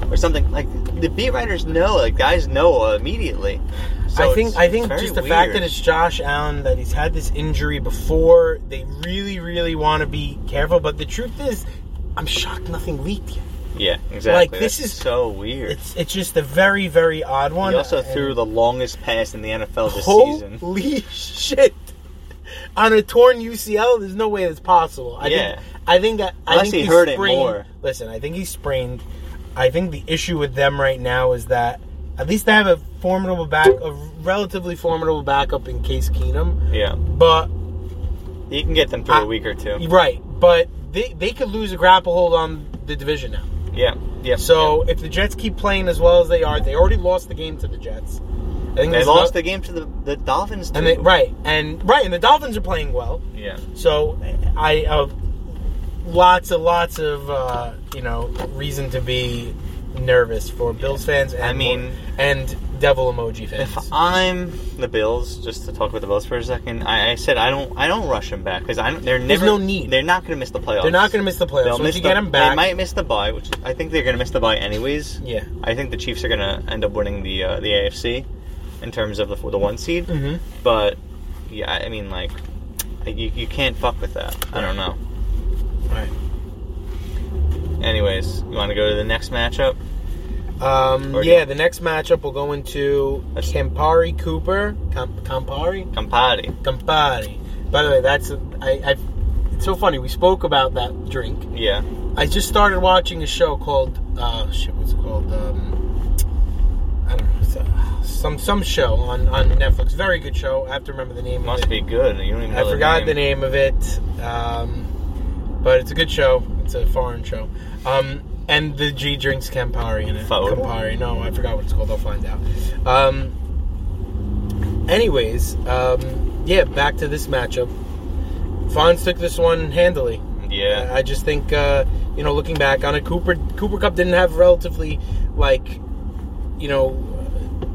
[SPEAKER 1] or something, like the beat writers know, like guys know immediately. So
[SPEAKER 2] I think
[SPEAKER 1] it's-
[SPEAKER 2] I
[SPEAKER 1] it's
[SPEAKER 2] think
[SPEAKER 1] very
[SPEAKER 2] just the fact
[SPEAKER 1] weird.
[SPEAKER 2] that it's Josh Allen that he's had this injury before. They really really want to be careful, but the truth is, I'm shocked nothing leaked yet.
[SPEAKER 1] yeah, exactly.
[SPEAKER 2] this
[SPEAKER 1] That's
[SPEAKER 2] is-
[SPEAKER 1] so weird.
[SPEAKER 2] It's it's just a very very odd one.
[SPEAKER 1] he also
[SPEAKER 2] and
[SPEAKER 1] threw the longest pass in the NFL this season.
[SPEAKER 2] holy shit. On a torn UCL, there's no way that's possible. I
[SPEAKER 1] Yeah.
[SPEAKER 2] think I think that I
[SPEAKER 1] Unless
[SPEAKER 2] think
[SPEAKER 1] he
[SPEAKER 2] he
[SPEAKER 1] hurt it
[SPEAKER 2] sprained.
[SPEAKER 1] more.
[SPEAKER 2] Listen, I think he sprained. I think the issue with them right now is that at least they have a formidable back, a relatively formidable backup in Case Keenum.
[SPEAKER 1] Yeah,
[SPEAKER 2] But
[SPEAKER 1] you can get them through a
[SPEAKER 2] I-
[SPEAKER 1] week or two.
[SPEAKER 2] right, but they they could lose a grapple hold on the division now.
[SPEAKER 1] Yeah, yeah.
[SPEAKER 2] So if the Jets keep playing as well as they are, they already lost the game to the Jets. I think
[SPEAKER 1] yeah. they
[SPEAKER 2] there's
[SPEAKER 1] lost
[SPEAKER 2] no-
[SPEAKER 1] the game to the the Dolphins.
[SPEAKER 2] and
[SPEAKER 1] too.
[SPEAKER 2] they, right and right and the Dolphins are playing well.
[SPEAKER 1] Yeah.
[SPEAKER 2] So I uh, lots and lots of uh, you know reason to be nervous for Bills fans. And
[SPEAKER 1] I mean-
[SPEAKER 2] and devil emoji fans.
[SPEAKER 1] If I'm the Bills, just to talk about the Bills for a second, I, I said I don't, I don't rush them back because I don't. They're
[SPEAKER 2] There's
[SPEAKER 1] never.
[SPEAKER 2] no need.
[SPEAKER 1] They're not going to miss the playoffs.
[SPEAKER 2] They're not going to miss the playoffs.
[SPEAKER 1] They'll
[SPEAKER 2] Once
[SPEAKER 1] miss
[SPEAKER 2] you
[SPEAKER 1] the-
[SPEAKER 2] get them back,
[SPEAKER 1] They might miss the bye, which I think they're going to miss the bye anyways.
[SPEAKER 2] yeah.
[SPEAKER 1] I think the Chiefs are going to end up winning the uh, the AFC in terms of the the one seed.
[SPEAKER 2] hmm
[SPEAKER 1] But yeah, I mean like you, you can't fuck with that. I don't know.
[SPEAKER 2] Right.
[SPEAKER 1] Anyways, you want to go to the next matchup?
[SPEAKER 2] Um,
[SPEAKER 1] Or-
[SPEAKER 2] yeah, the next matchup will go into
[SPEAKER 1] That's-
[SPEAKER 2] Campari Cooper. Camp- Campari.
[SPEAKER 1] Campari.
[SPEAKER 2] Campari. By the way, that's a, I, I. It's so funny. We spoke about that drink.
[SPEAKER 1] Yeah.
[SPEAKER 2] I just started watching a show called uh, shit. What's it called? Um, I don't know. It's uh some some show on on Netflix. Very good show. I have to remember the name.
[SPEAKER 1] Must
[SPEAKER 2] of it.
[SPEAKER 1] be good. You don't even know
[SPEAKER 2] I forgot the name of it, um, but it's a good show. It's a foreign show. Um, and the G drinks Campari in it.
[SPEAKER 1] Foul.
[SPEAKER 2] Campari. No, I forgot what it's called. I'll find out. Um, anyways, um, yeah. Back to this matchup. Fonz took this one handily.
[SPEAKER 1] Yeah.
[SPEAKER 2] I just think uh, you know, looking back on it, Cooper Cooper Cup didn't have relatively like you know.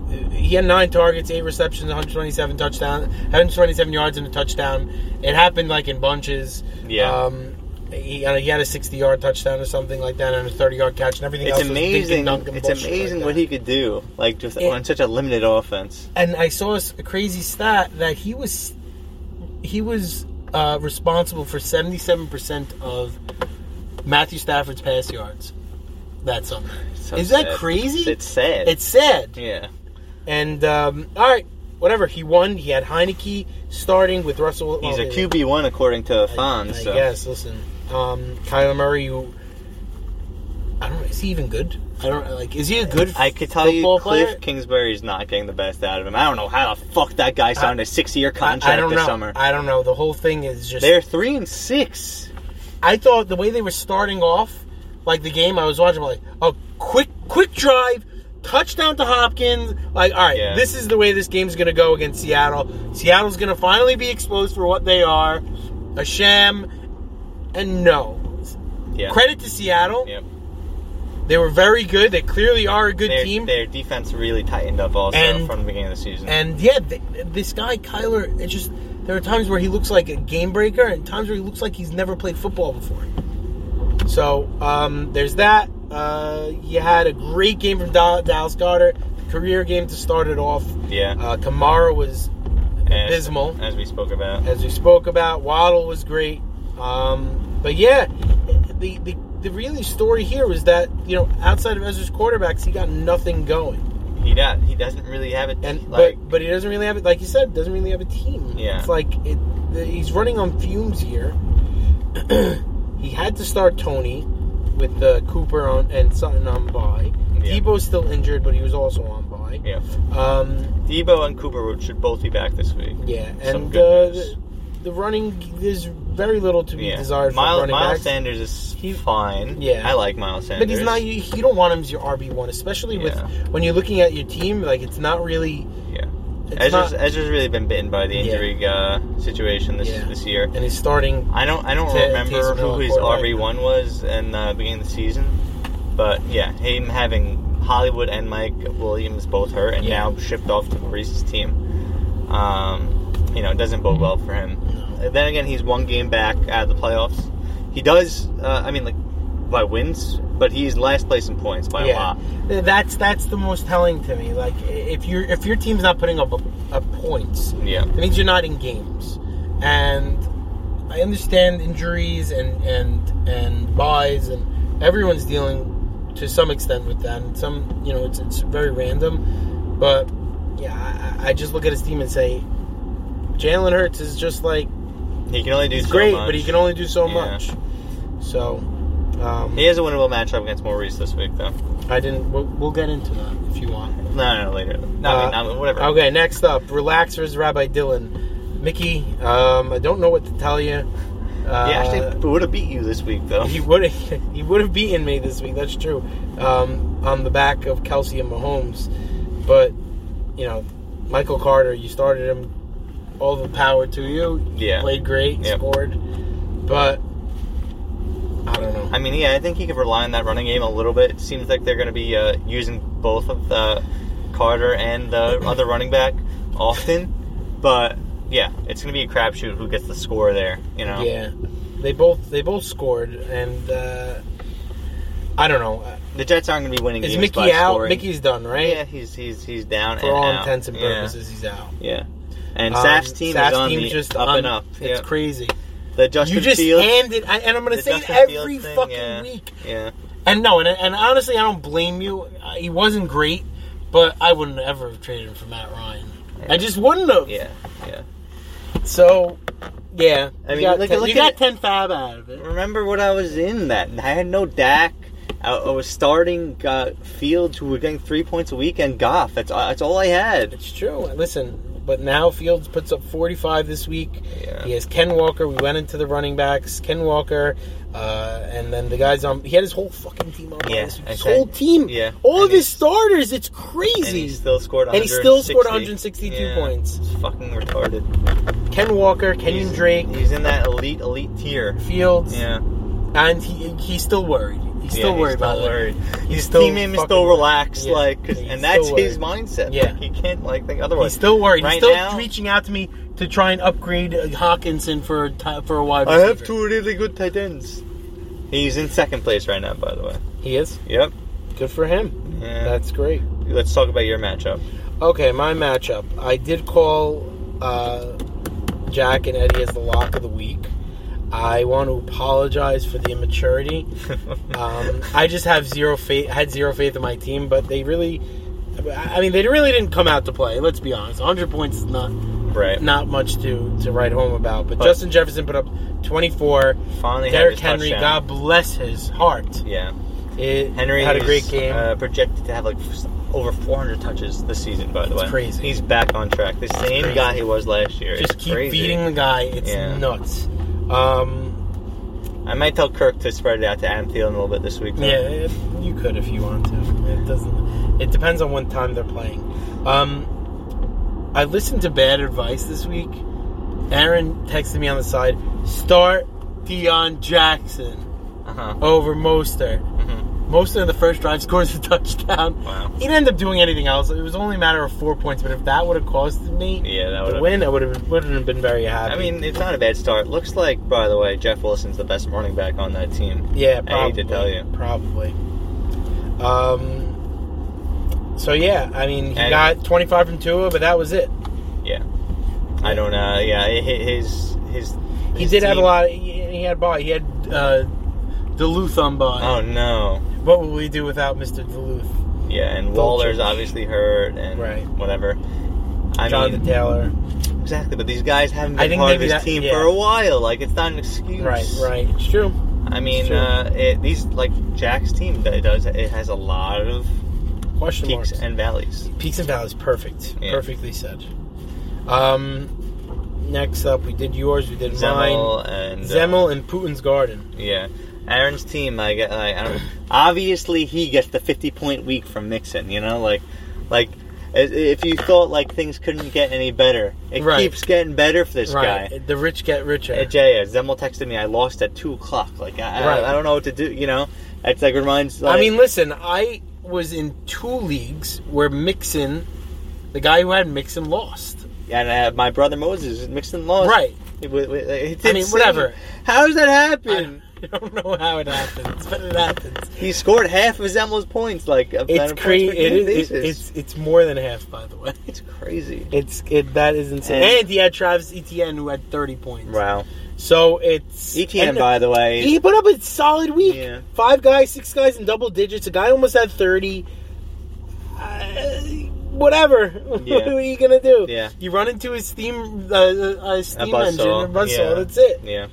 [SPEAKER 2] uh, He had nine targets, eight receptions, 127 touchdown, 127 yards and a touchdown. It happened like in bunches.
[SPEAKER 1] Yeah.
[SPEAKER 2] Um, he, uh, he had a 60 yard touchdown or something like that, and a 30 yard catch, and everything
[SPEAKER 1] It's
[SPEAKER 2] else. was dinking
[SPEAKER 1] amazing.
[SPEAKER 2] dunking
[SPEAKER 1] It's
[SPEAKER 2] bullshit like
[SPEAKER 1] amazing
[SPEAKER 2] that.
[SPEAKER 1] what he could do, like just
[SPEAKER 2] It-
[SPEAKER 1] on such a limited offense.
[SPEAKER 2] and I saw a s- a crazy stat that he was he was uh, responsible for 77% of Matthew Stafford's pass yards that summer.
[SPEAKER 1] So
[SPEAKER 2] Is that
[SPEAKER 1] sad.
[SPEAKER 2] crazy?
[SPEAKER 1] It's sad.
[SPEAKER 2] It's sad.
[SPEAKER 1] yeah.
[SPEAKER 2] And, um, all right, whatever. He won. He had Heineke starting with Russell.
[SPEAKER 1] He's
[SPEAKER 2] well,
[SPEAKER 1] a QB one according to Fon.
[SPEAKER 2] I, I
[SPEAKER 1] So
[SPEAKER 2] guess. Listen, um, Kyler Murray, who I don't know, is he even good? I don't like. Is he a good?
[SPEAKER 1] I could tell
[SPEAKER 2] football
[SPEAKER 1] you, Cliff
[SPEAKER 2] player?
[SPEAKER 1] Kingsbury's not getting the best out of him. I don't know how the fuck that guy signed a six-year
[SPEAKER 2] I,
[SPEAKER 1] contract
[SPEAKER 2] I don't
[SPEAKER 1] this
[SPEAKER 2] know.
[SPEAKER 1] summer.
[SPEAKER 2] I don't know. The whole thing is just.
[SPEAKER 1] They're three and six.
[SPEAKER 2] I thought the way they were starting off, like the game I was watching, I'm like oh, quick, quick drive, touchdown to Hopkins. Like, all right,
[SPEAKER 1] Yeah.
[SPEAKER 2] this is the way this game's going to go against Seattle. Seattle's going to finally be exposed for what they are, a sham, and no.
[SPEAKER 1] Yeah.
[SPEAKER 2] Credit to Seattle.
[SPEAKER 1] Yep.
[SPEAKER 2] They were very good. They clearly are a good
[SPEAKER 1] their,
[SPEAKER 2] team.
[SPEAKER 1] Their defense really tightened up also
[SPEAKER 2] And-
[SPEAKER 1] from the beginning of the season.
[SPEAKER 2] And yeah, th- this guy Kyler, it just there are times where he looks like a game breaker, and times where he looks like he's never played football before. So um, there's that. Uh, you had a great game from Dal- Dallas Goddard, career game to start it off.
[SPEAKER 1] yeah.
[SPEAKER 2] Uh, Kamara was
[SPEAKER 1] As-
[SPEAKER 2] abysmal.
[SPEAKER 1] As we spoke about.
[SPEAKER 2] as we spoke about. Waddle was great, um, but yeah, the, the the really story here was that you know outside of Ezra's quarterbacks, he got nothing going.
[SPEAKER 1] He does. He doesn't really have it.
[SPEAKER 2] And
[SPEAKER 1] like
[SPEAKER 2] but but he doesn't really have it. Like you said, doesn't really have a team.
[SPEAKER 1] Yeah.
[SPEAKER 2] it's like it. The, he's running on fumes here. he had to start Tony with uh, Cooper on and Sutton on by.
[SPEAKER 1] Yeah.
[SPEAKER 2] Debo's still injured, but he was also on by.
[SPEAKER 1] yeah.
[SPEAKER 2] Um,
[SPEAKER 1] Debo and Cooper would- should both be back this week.
[SPEAKER 2] yeah,
[SPEAKER 1] Some
[SPEAKER 2] and uh,
[SPEAKER 1] good news.
[SPEAKER 2] the, the running there's very little to be
[SPEAKER 1] Yeah.
[SPEAKER 2] desired from
[SPEAKER 1] Miles,
[SPEAKER 2] running
[SPEAKER 1] Miles
[SPEAKER 2] backs.
[SPEAKER 1] Sanders is
[SPEAKER 2] He-
[SPEAKER 1] fine.
[SPEAKER 2] Yeah.
[SPEAKER 1] I like Miles Sanders.
[SPEAKER 2] But he's not. You, you don't want him as your RB one, especially
[SPEAKER 1] Yeah.
[SPEAKER 2] with when you're looking at your team. Like it's not really.
[SPEAKER 1] Yeah.
[SPEAKER 2] It's
[SPEAKER 1] Ezra's,
[SPEAKER 2] not,
[SPEAKER 1] Ezra's really been bitten by the
[SPEAKER 2] Yeah.
[SPEAKER 1] injury uh, situation this
[SPEAKER 2] Yeah.
[SPEAKER 1] this year.
[SPEAKER 2] and he's starting
[SPEAKER 1] I don't I don't
[SPEAKER 2] Ta-
[SPEAKER 1] remember
[SPEAKER 2] Taysom Hill
[SPEAKER 1] who
[SPEAKER 2] at
[SPEAKER 1] his
[SPEAKER 2] quarterback.
[SPEAKER 1] RB one was in the beginning of the season, but yeah, him having Hollywood and Mike Williams both hurt and
[SPEAKER 2] Yeah.
[SPEAKER 1] now shipped off to Maurice's team, um, you know, it doesn't bode well for him.
[SPEAKER 2] No.
[SPEAKER 1] And then again, he's one game back out of the playoffs. He does, uh, I mean, like by wins, but he's last place in points by a lot.
[SPEAKER 2] Th- That's that's the most telling to me. Like i- if you if your team's not putting up, up points,
[SPEAKER 1] Yeah,
[SPEAKER 2] it means you're not in games. And I understand injuries and and and buys and everyone's dealing to some extent with that. And some you know it's it's very random, but yeah, I, I- I just look at his team and say. Jalen Hurts is just like
[SPEAKER 1] he can only do
[SPEAKER 2] he's
[SPEAKER 1] so
[SPEAKER 2] great,
[SPEAKER 1] much.
[SPEAKER 2] but he can only do so
[SPEAKER 1] Yeah.
[SPEAKER 2] much. So, um,
[SPEAKER 1] He has a winnable matchup against Maurice this week, though.
[SPEAKER 2] I didn't. We'll, we'll get into that if you want.
[SPEAKER 1] No, no, no later. No, I mean,
[SPEAKER 2] Uh,
[SPEAKER 1] I mean, whatever.
[SPEAKER 2] Okay, next up, relaxers, Rabbi Dylan, Mickey. Um, I don't know what to tell you. Uh,
[SPEAKER 1] He actually would have beat you this week, though.
[SPEAKER 2] he would he would have beaten me this week. That's true. Um, on the back of Kelsey and Mahomes, but you know, Michael Carter, you started him. All the power to you.
[SPEAKER 1] Yeah.
[SPEAKER 2] played great,
[SPEAKER 1] Yep.
[SPEAKER 2] scored, but I don't know.
[SPEAKER 1] I mean, yeah, I think he could rely on that running game a little bit. It seems like they're going to be uh, using both of the Carter and the other running back often, but yeah, it's going to be a crapshoot who gets the score there. You know,
[SPEAKER 2] Yeah, they both they both scored, and uh, I don't know. Uh,
[SPEAKER 1] the Jets aren't going to be winning.
[SPEAKER 2] Is
[SPEAKER 1] games
[SPEAKER 2] Mickey
[SPEAKER 1] by
[SPEAKER 2] out?
[SPEAKER 1] Scoring.
[SPEAKER 2] Mickey's done, right?
[SPEAKER 1] yeah, he's he's he's down
[SPEAKER 2] For
[SPEAKER 1] and
[SPEAKER 2] all
[SPEAKER 1] out.
[SPEAKER 2] intents and
[SPEAKER 1] Yeah,
[SPEAKER 2] purposes, he's out.
[SPEAKER 1] Yeah. And
[SPEAKER 2] Um,
[SPEAKER 1] Saf's team
[SPEAKER 2] Saf's
[SPEAKER 1] is on
[SPEAKER 2] team
[SPEAKER 1] the
[SPEAKER 2] just
[SPEAKER 1] up
[SPEAKER 2] on-
[SPEAKER 1] and up. Yeah.
[SPEAKER 2] It's crazy.
[SPEAKER 1] The Justin
[SPEAKER 2] you just
[SPEAKER 1] Fields.
[SPEAKER 2] handed, I, and I'm going
[SPEAKER 1] the
[SPEAKER 2] to say it
[SPEAKER 1] Justin Fields
[SPEAKER 2] every
[SPEAKER 1] thing,
[SPEAKER 2] fucking
[SPEAKER 1] yeah.
[SPEAKER 2] week.
[SPEAKER 1] Yeah.
[SPEAKER 2] And no, and, and honestly, I don't blame you. Uh, He wasn't great, but I wouldn't ever have traded him for Matt Ryan. I just wouldn't have.
[SPEAKER 1] Yeah. Yeah.
[SPEAKER 2] So, yeah.
[SPEAKER 1] I
[SPEAKER 2] You
[SPEAKER 1] mean,
[SPEAKER 2] got
[SPEAKER 1] look at-
[SPEAKER 2] ten-
[SPEAKER 1] look
[SPEAKER 2] you
[SPEAKER 1] at
[SPEAKER 2] got
[SPEAKER 1] it.
[SPEAKER 2] 10 fab out of it.
[SPEAKER 1] remember what I was in that. I had no Dak. I, I was starting uh, Fields, who were getting three points a week, and Goff. That's uh, that's all I had.
[SPEAKER 2] It's true. Listen, but now Fields puts up 45 this week.
[SPEAKER 1] Yeah.
[SPEAKER 2] He has Ken Walker. We went into the running backs. Ken Walker, uh, and then the guys on. He had his whole fucking team on.
[SPEAKER 1] Yeah,
[SPEAKER 2] this week. His
[SPEAKER 1] okay.
[SPEAKER 2] whole team.
[SPEAKER 1] Yeah.
[SPEAKER 2] All
[SPEAKER 1] And
[SPEAKER 2] of his
[SPEAKER 1] he's-
[SPEAKER 2] starters. It's
[SPEAKER 1] And he
[SPEAKER 2] crazy.
[SPEAKER 1] still scored.
[SPEAKER 2] And he still scored
[SPEAKER 1] 160.
[SPEAKER 2] 162 points.
[SPEAKER 1] It's fucking retarded.
[SPEAKER 2] Ken Walker, Kenyon
[SPEAKER 1] He's-
[SPEAKER 2] Drake,
[SPEAKER 1] He's in that elite, elite tier.
[SPEAKER 2] Fields,
[SPEAKER 1] Yeah.
[SPEAKER 2] and he, he's still worried. He's
[SPEAKER 1] Yeah,
[SPEAKER 2] still
[SPEAKER 1] he's
[SPEAKER 2] worried
[SPEAKER 1] still
[SPEAKER 2] about it.
[SPEAKER 1] worried.
[SPEAKER 2] He's
[SPEAKER 1] His
[SPEAKER 2] still
[SPEAKER 1] teammate is
[SPEAKER 2] fucking
[SPEAKER 1] still
[SPEAKER 2] worried.
[SPEAKER 1] relaxed,
[SPEAKER 2] Yeah.
[SPEAKER 1] like, 'cause-
[SPEAKER 2] He's
[SPEAKER 1] and that's
[SPEAKER 2] still
[SPEAKER 1] his
[SPEAKER 2] worried.
[SPEAKER 1] mindset.
[SPEAKER 2] Yeah.
[SPEAKER 1] Like, he can't like think
[SPEAKER 2] He's
[SPEAKER 1] otherwise.
[SPEAKER 2] still worried.
[SPEAKER 1] Right
[SPEAKER 2] he's still
[SPEAKER 1] now,
[SPEAKER 2] reaching out to me to try and upgrade uh, Hawkinson for a ti- for a wide
[SPEAKER 1] I
[SPEAKER 2] receiver.
[SPEAKER 1] have two really good tight ends. He's in second place right now, by the way.
[SPEAKER 2] He is
[SPEAKER 1] Yep.
[SPEAKER 2] good for him.
[SPEAKER 1] Yeah.
[SPEAKER 2] That's great.
[SPEAKER 1] Let's talk about your matchup.
[SPEAKER 2] Okay, my matchup. I did call uh, Jack and Eddie as the lock of the week. I want to apologize for the immaturity. Um, I just have zero faith. Had zero faith in my team, but they really, I mean, they really didn't come out to play. Let's be honest. 100 points is not
[SPEAKER 1] right.
[SPEAKER 2] not much to to write home about. But
[SPEAKER 1] But-
[SPEAKER 2] Justin Jefferson put up 24.
[SPEAKER 1] Finally, had
[SPEAKER 2] Derrick
[SPEAKER 1] his
[SPEAKER 2] Henry,
[SPEAKER 1] touchdown.
[SPEAKER 2] God bless his heart.
[SPEAKER 1] Yeah,
[SPEAKER 2] It
[SPEAKER 1] Henry
[SPEAKER 2] had a
[SPEAKER 1] is,
[SPEAKER 2] great game.
[SPEAKER 1] Uh, projected to have like f- over 400 touches this season. By the
[SPEAKER 2] It's
[SPEAKER 1] way,
[SPEAKER 2] crazy.
[SPEAKER 1] He's back on track. The same
[SPEAKER 2] crazy.
[SPEAKER 1] guy he was last year.
[SPEAKER 2] Just
[SPEAKER 1] It's
[SPEAKER 2] keep
[SPEAKER 1] crazy.
[SPEAKER 2] beating the guy. It's
[SPEAKER 1] Yeah.
[SPEAKER 2] nuts. Um,
[SPEAKER 1] I might tell Kirk to spread it out to Adam Thielen a little bit this week. though.
[SPEAKER 2] yeah, if, you could if you want to. It doesn't. It depends on what time they're playing. Um, I listened to bad advice this week. Aaron texted me on the side. Start Deion Jackson
[SPEAKER 1] Uh-huh.
[SPEAKER 2] over Mostert.
[SPEAKER 1] Mhm.
[SPEAKER 2] Mostert in the first drive scores a touchdown.
[SPEAKER 1] Wow.
[SPEAKER 2] He didn't end up doing anything else. It was only a matter of four points. But if that would have cost me
[SPEAKER 1] Yeah, that
[SPEAKER 2] the
[SPEAKER 1] would've-
[SPEAKER 2] win, I would have wouldn't have been very happy.
[SPEAKER 1] I mean, it's not a bad start. Looks like, by the way, Jeff Wilson's the best running back on that team.
[SPEAKER 2] Yeah,
[SPEAKER 1] I hate
[SPEAKER 2] probably.
[SPEAKER 1] to tell you.
[SPEAKER 2] Probably. Um. So yeah, I mean, he
[SPEAKER 1] And-
[SPEAKER 2] got 25 from Tua, but that was it.
[SPEAKER 1] Yeah, I don't. Uh, yeah, hi- hi- his his.
[SPEAKER 2] He
[SPEAKER 1] his
[SPEAKER 2] did have a
[SPEAKER 1] team-
[SPEAKER 2] lot. He, he had ball. He had uh, Duluth on ball.
[SPEAKER 1] Oh no.
[SPEAKER 2] What will we do without Mister Duluth?
[SPEAKER 1] Yeah, and
[SPEAKER 2] Vultures.
[SPEAKER 1] Waller's obviously hurt, and
[SPEAKER 2] Right.
[SPEAKER 1] whatever. I
[SPEAKER 2] Jonathan
[SPEAKER 1] mean,
[SPEAKER 2] Taylor.
[SPEAKER 1] exactly. But these guys haven't
[SPEAKER 2] I
[SPEAKER 1] been
[SPEAKER 2] think
[SPEAKER 1] part of
[SPEAKER 2] maybe
[SPEAKER 1] his
[SPEAKER 2] that-
[SPEAKER 1] team
[SPEAKER 2] yeah.
[SPEAKER 1] for a while. Like, it's not an excuse.
[SPEAKER 2] Right, right. It's true.
[SPEAKER 1] I mean,
[SPEAKER 2] Sure.
[SPEAKER 1] uh, it, these like Jack's team that it does it has a lot of
[SPEAKER 2] Question
[SPEAKER 1] peaks
[SPEAKER 2] marks.
[SPEAKER 1] and valleys.
[SPEAKER 2] Peaks and valleys. Perfect.
[SPEAKER 1] Yeah.
[SPEAKER 2] Perfectly said. Um. Next up, we did yours. We did mine.
[SPEAKER 1] Zemel and uh,
[SPEAKER 2] Zemel and Putin's garden.
[SPEAKER 1] Yeah, Aaron's team. I get. I, I don't. Obviously, he gets the fifty-point week from Mixon. You know, like, like i- if you thought like things couldn't get any better, it
[SPEAKER 2] Right.
[SPEAKER 1] keeps getting better for this
[SPEAKER 2] right.
[SPEAKER 1] guy.
[SPEAKER 2] The rich get richer.
[SPEAKER 1] Uh, Jay, uh, Zemel texted me. I lost at two o'clock. Like, I,
[SPEAKER 2] Right.
[SPEAKER 1] I, I don't know what to do. You know, it's like reminds. Like,
[SPEAKER 2] I mean, listen, I was in two leagues where Mixon, the guy who had Mixon, lost.
[SPEAKER 1] and uh, my brother Moses Mixon lost.
[SPEAKER 2] Right.
[SPEAKER 1] It, wa- wa- it's
[SPEAKER 2] I mean,
[SPEAKER 1] insane.
[SPEAKER 2] whatever.
[SPEAKER 1] How does that
[SPEAKER 2] I
[SPEAKER 1] happen?
[SPEAKER 2] don't know how it happens, but it happens.
[SPEAKER 1] he scored half of Zemel's points. Like, of- on
[SPEAKER 2] It's
[SPEAKER 1] a
[SPEAKER 2] crazy. It is.
[SPEAKER 1] basis.
[SPEAKER 2] It, it's it's more than half, by the way.
[SPEAKER 1] it's crazy.
[SPEAKER 2] It's it that is insane. And,
[SPEAKER 1] And-
[SPEAKER 2] he had Travis Etienne who had thirty points.
[SPEAKER 1] Wow.
[SPEAKER 2] So it's
[SPEAKER 1] ETN,
[SPEAKER 2] and
[SPEAKER 1] E
[SPEAKER 2] E
[SPEAKER 1] by the way,
[SPEAKER 2] He put up a solid week.
[SPEAKER 1] Yeah.
[SPEAKER 2] Five guys, six guys in double digits. A guy almost had thirty. Uh, whatever. what
[SPEAKER 1] Yeah.
[SPEAKER 2] are you gonna do?
[SPEAKER 1] Yeah.
[SPEAKER 2] You run into his steam, uh, uh,
[SPEAKER 1] A
[SPEAKER 2] steam
[SPEAKER 1] buzzsaw.
[SPEAKER 2] engine, a buzzsaw.
[SPEAKER 1] Yeah.
[SPEAKER 2] That's it.
[SPEAKER 1] Yeah.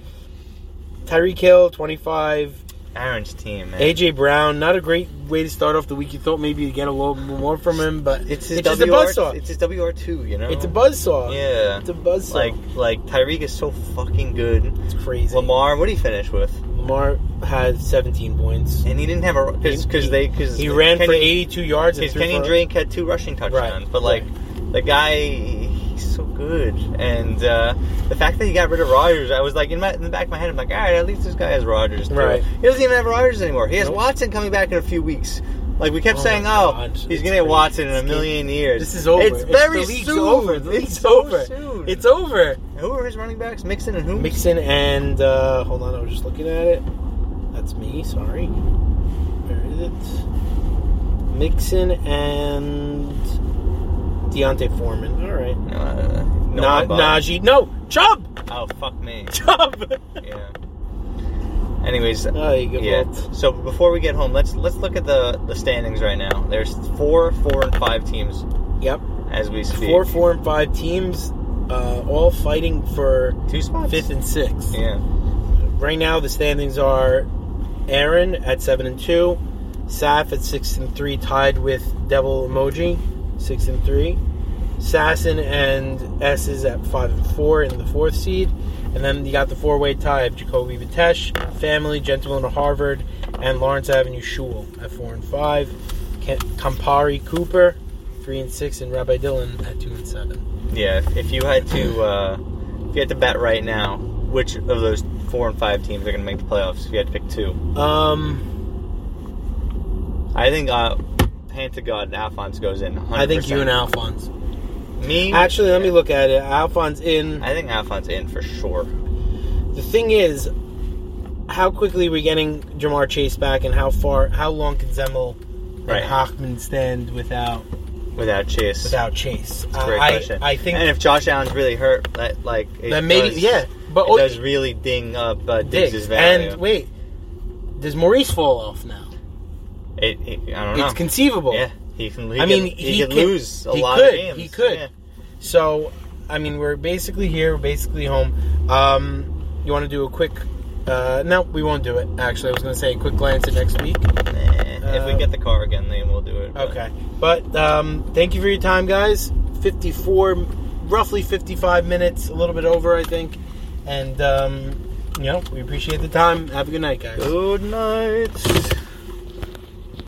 [SPEAKER 2] Tyreek Hill, twenty-five.
[SPEAKER 1] Aaron's team, man.
[SPEAKER 2] AJ Brown, not a great way to start off the week. You thought maybe you'd get a little more from him, but
[SPEAKER 1] it's his
[SPEAKER 2] just a
[SPEAKER 1] WR
[SPEAKER 2] buzzsaw.
[SPEAKER 1] It's his WR2, you know?
[SPEAKER 2] It's a buzzsaw.
[SPEAKER 1] Yeah.
[SPEAKER 2] It's a buzzsaw.
[SPEAKER 1] Like, like Tyreek is so fucking good.
[SPEAKER 2] it's crazy.
[SPEAKER 1] Lamar, what did he finish with?
[SPEAKER 2] Lamar had seventeen points.
[SPEAKER 1] And he didn't have a. Because they. Cause
[SPEAKER 2] He ran for
[SPEAKER 1] Kenny-
[SPEAKER 2] eighty-two yards. and
[SPEAKER 1] Because
[SPEAKER 2] threw
[SPEAKER 1] Kenny
[SPEAKER 2] for-
[SPEAKER 1] Drake had two rushing touchdowns.
[SPEAKER 2] Right,
[SPEAKER 1] But, like, the guy, he's so good. And uh, the fact that he got rid of Rodgers, I was like, in, my, in the back of my head, I'm like, all right, at least this guy has Rodgers. too."
[SPEAKER 2] Right.
[SPEAKER 1] He doesn't even have Rodgers anymore. He has
[SPEAKER 2] Nope.
[SPEAKER 1] Watson coming back in a few weeks. Like, we kept
[SPEAKER 2] Oh
[SPEAKER 1] saying,
[SPEAKER 2] my
[SPEAKER 1] oh,
[SPEAKER 2] God,
[SPEAKER 1] he's
[SPEAKER 2] it's
[SPEAKER 1] going to get
[SPEAKER 2] crazy.
[SPEAKER 1] Watson in a
[SPEAKER 2] It's
[SPEAKER 1] million years.
[SPEAKER 2] This is over.
[SPEAKER 1] It's very
[SPEAKER 2] the league's
[SPEAKER 1] soon.
[SPEAKER 2] over. The league's
[SPEAKER 1] it's so
[SPEAKER 2] over.
[SPEAKER 1] soon.
[SPEAKER 2] It's over.
[SPEAKER 1] Who are his running backs? Mixon and who?
[SPEAKER 2] Mixon and uh, hold on, I was just looking at it. That's me. Sorry. Where is it? Mixon and Deontay Foreman. All right.
[SPEAKER 1] Uh,
[SPEAKER 2] Na-
[SPEAKER 1] Noah Buck.
[SPEAKER 2] Najee. No. Chubb.
[SPEAKER 1] Oh, fuck me.
[SPEAKER 2] Chubb.
[SPEAKER 1] Yeah. Anyways,
[SPEAKER 2] Oh, you give
[SPEAKER 1] yeah.
[SPEAKER 2] up.
[SPEAKER 1] So before we get home, let's let's look at the the standings right now. There's four, four, and five teams
[SPEAKER 2] Yep.
[SPEAKER 1] as we speak.
[SPEAKER 2] Four, four, and five teams, uh, all fighting for
[SPEAKER 1] two spots.
[SPEAKER 2] fifth and sixth.
[SPEAKER 1] yeah.
[SPEAKER 2] Right now, the standings are Aaron at seven and two, Saf at six and three, tied with Devil Emoji, six and three, Sasson and S is at five and four in the fourth seed, and then you got the four way tie of Jacoby Vitesh, Family, Gentleman of Harvard, and Lawrence Avenue Shul at four and five, Ken- Campari Cooper, three and six, and Rabbi Dylan at two and seven.
[SPEAKER 1] Yeah. If, if you had to, uh, if you had to bet right now, which of those four and five teams are going to make the playoffs? If you had to pick two,
[SPEAKER 2] Um,
[SPEAKER 1] I think. Uh, Hand to God, Alphonse goes in. 100%.
[SPEAKER 2] I think you and Alphonse.
[SPEAKER 1] me.
[SPEAKER 2] Actually, let me look at it. Alphonse in.
[SPEAKER 1] I think Alphonse in for sure.
[SPEAKER 2] The thing is, how quickly we're getting Jamar Chase back, and how far, how long can Zemel
[SPEAKER 1] Right.
[SPEAKER 2] and Hockman stand without
[SPEAKER 1] without Chase.
[SPEAKER 2] without Chase? Uh,
[SPEAKER 1] That's a great
[SPEAKER 2] I,
[SPEAKER 1] question.
[SPEAKER 2] I think
[SPEAKER 1] and if Josh Allen's really hurt, that, like it
[SPEAKER 2] that maybe
[SPEAKER 1] does-
[SPEAKER 2] yeah, but oh,
[SPEAKER 1] it does really ding up uh,
[SPEAKER 2] Diggs.
[SPEAKER 1] Diggs' value.
[SPEAKER 2] and wait, does Maurice fall off now?
[SPEAKER 1] it, it- I don't know.
[SPEAKER 2] It's conceivable.
[SPEAKER 1] yeah, he can. He
[SPEAKER 2] I
[SPEAKER 1] could-
[SPEAKER 2] mean,
[SPEAKER 1] he,
[SPEAKER 2] he
[SPEAKER 1] could
[SPEAKER 2] could-
[SPEAKER 1] lose a
[SPEAKER 2] he
[SPEAKER 1] lot of
[SPEAKER 2] could,
[SPEAKER 1] games.
[SPEAKER 2] he could.
[SPEAKER 1] Yeah.
[SPEAKER 2] So, I mean, we're basically here, we're basically home. Um, you want to do a quick? Uh, no, we won't do it. Actually, I was going to say a quick glance at next week.
[SPEAKER 1] Nah, if we
[SPEAKER 2] Uh,
[SPEAKER 1] get the car again, then we'll do it. but-
[SPEAKER 2] Okay, but um, thank you for your time, guys. Fifty-four, roughly fifty-five minutes, a little bit over, I think. And um, you know, we appreciate the time. Have a good night, guys.
[SPEAKER 1] Good night.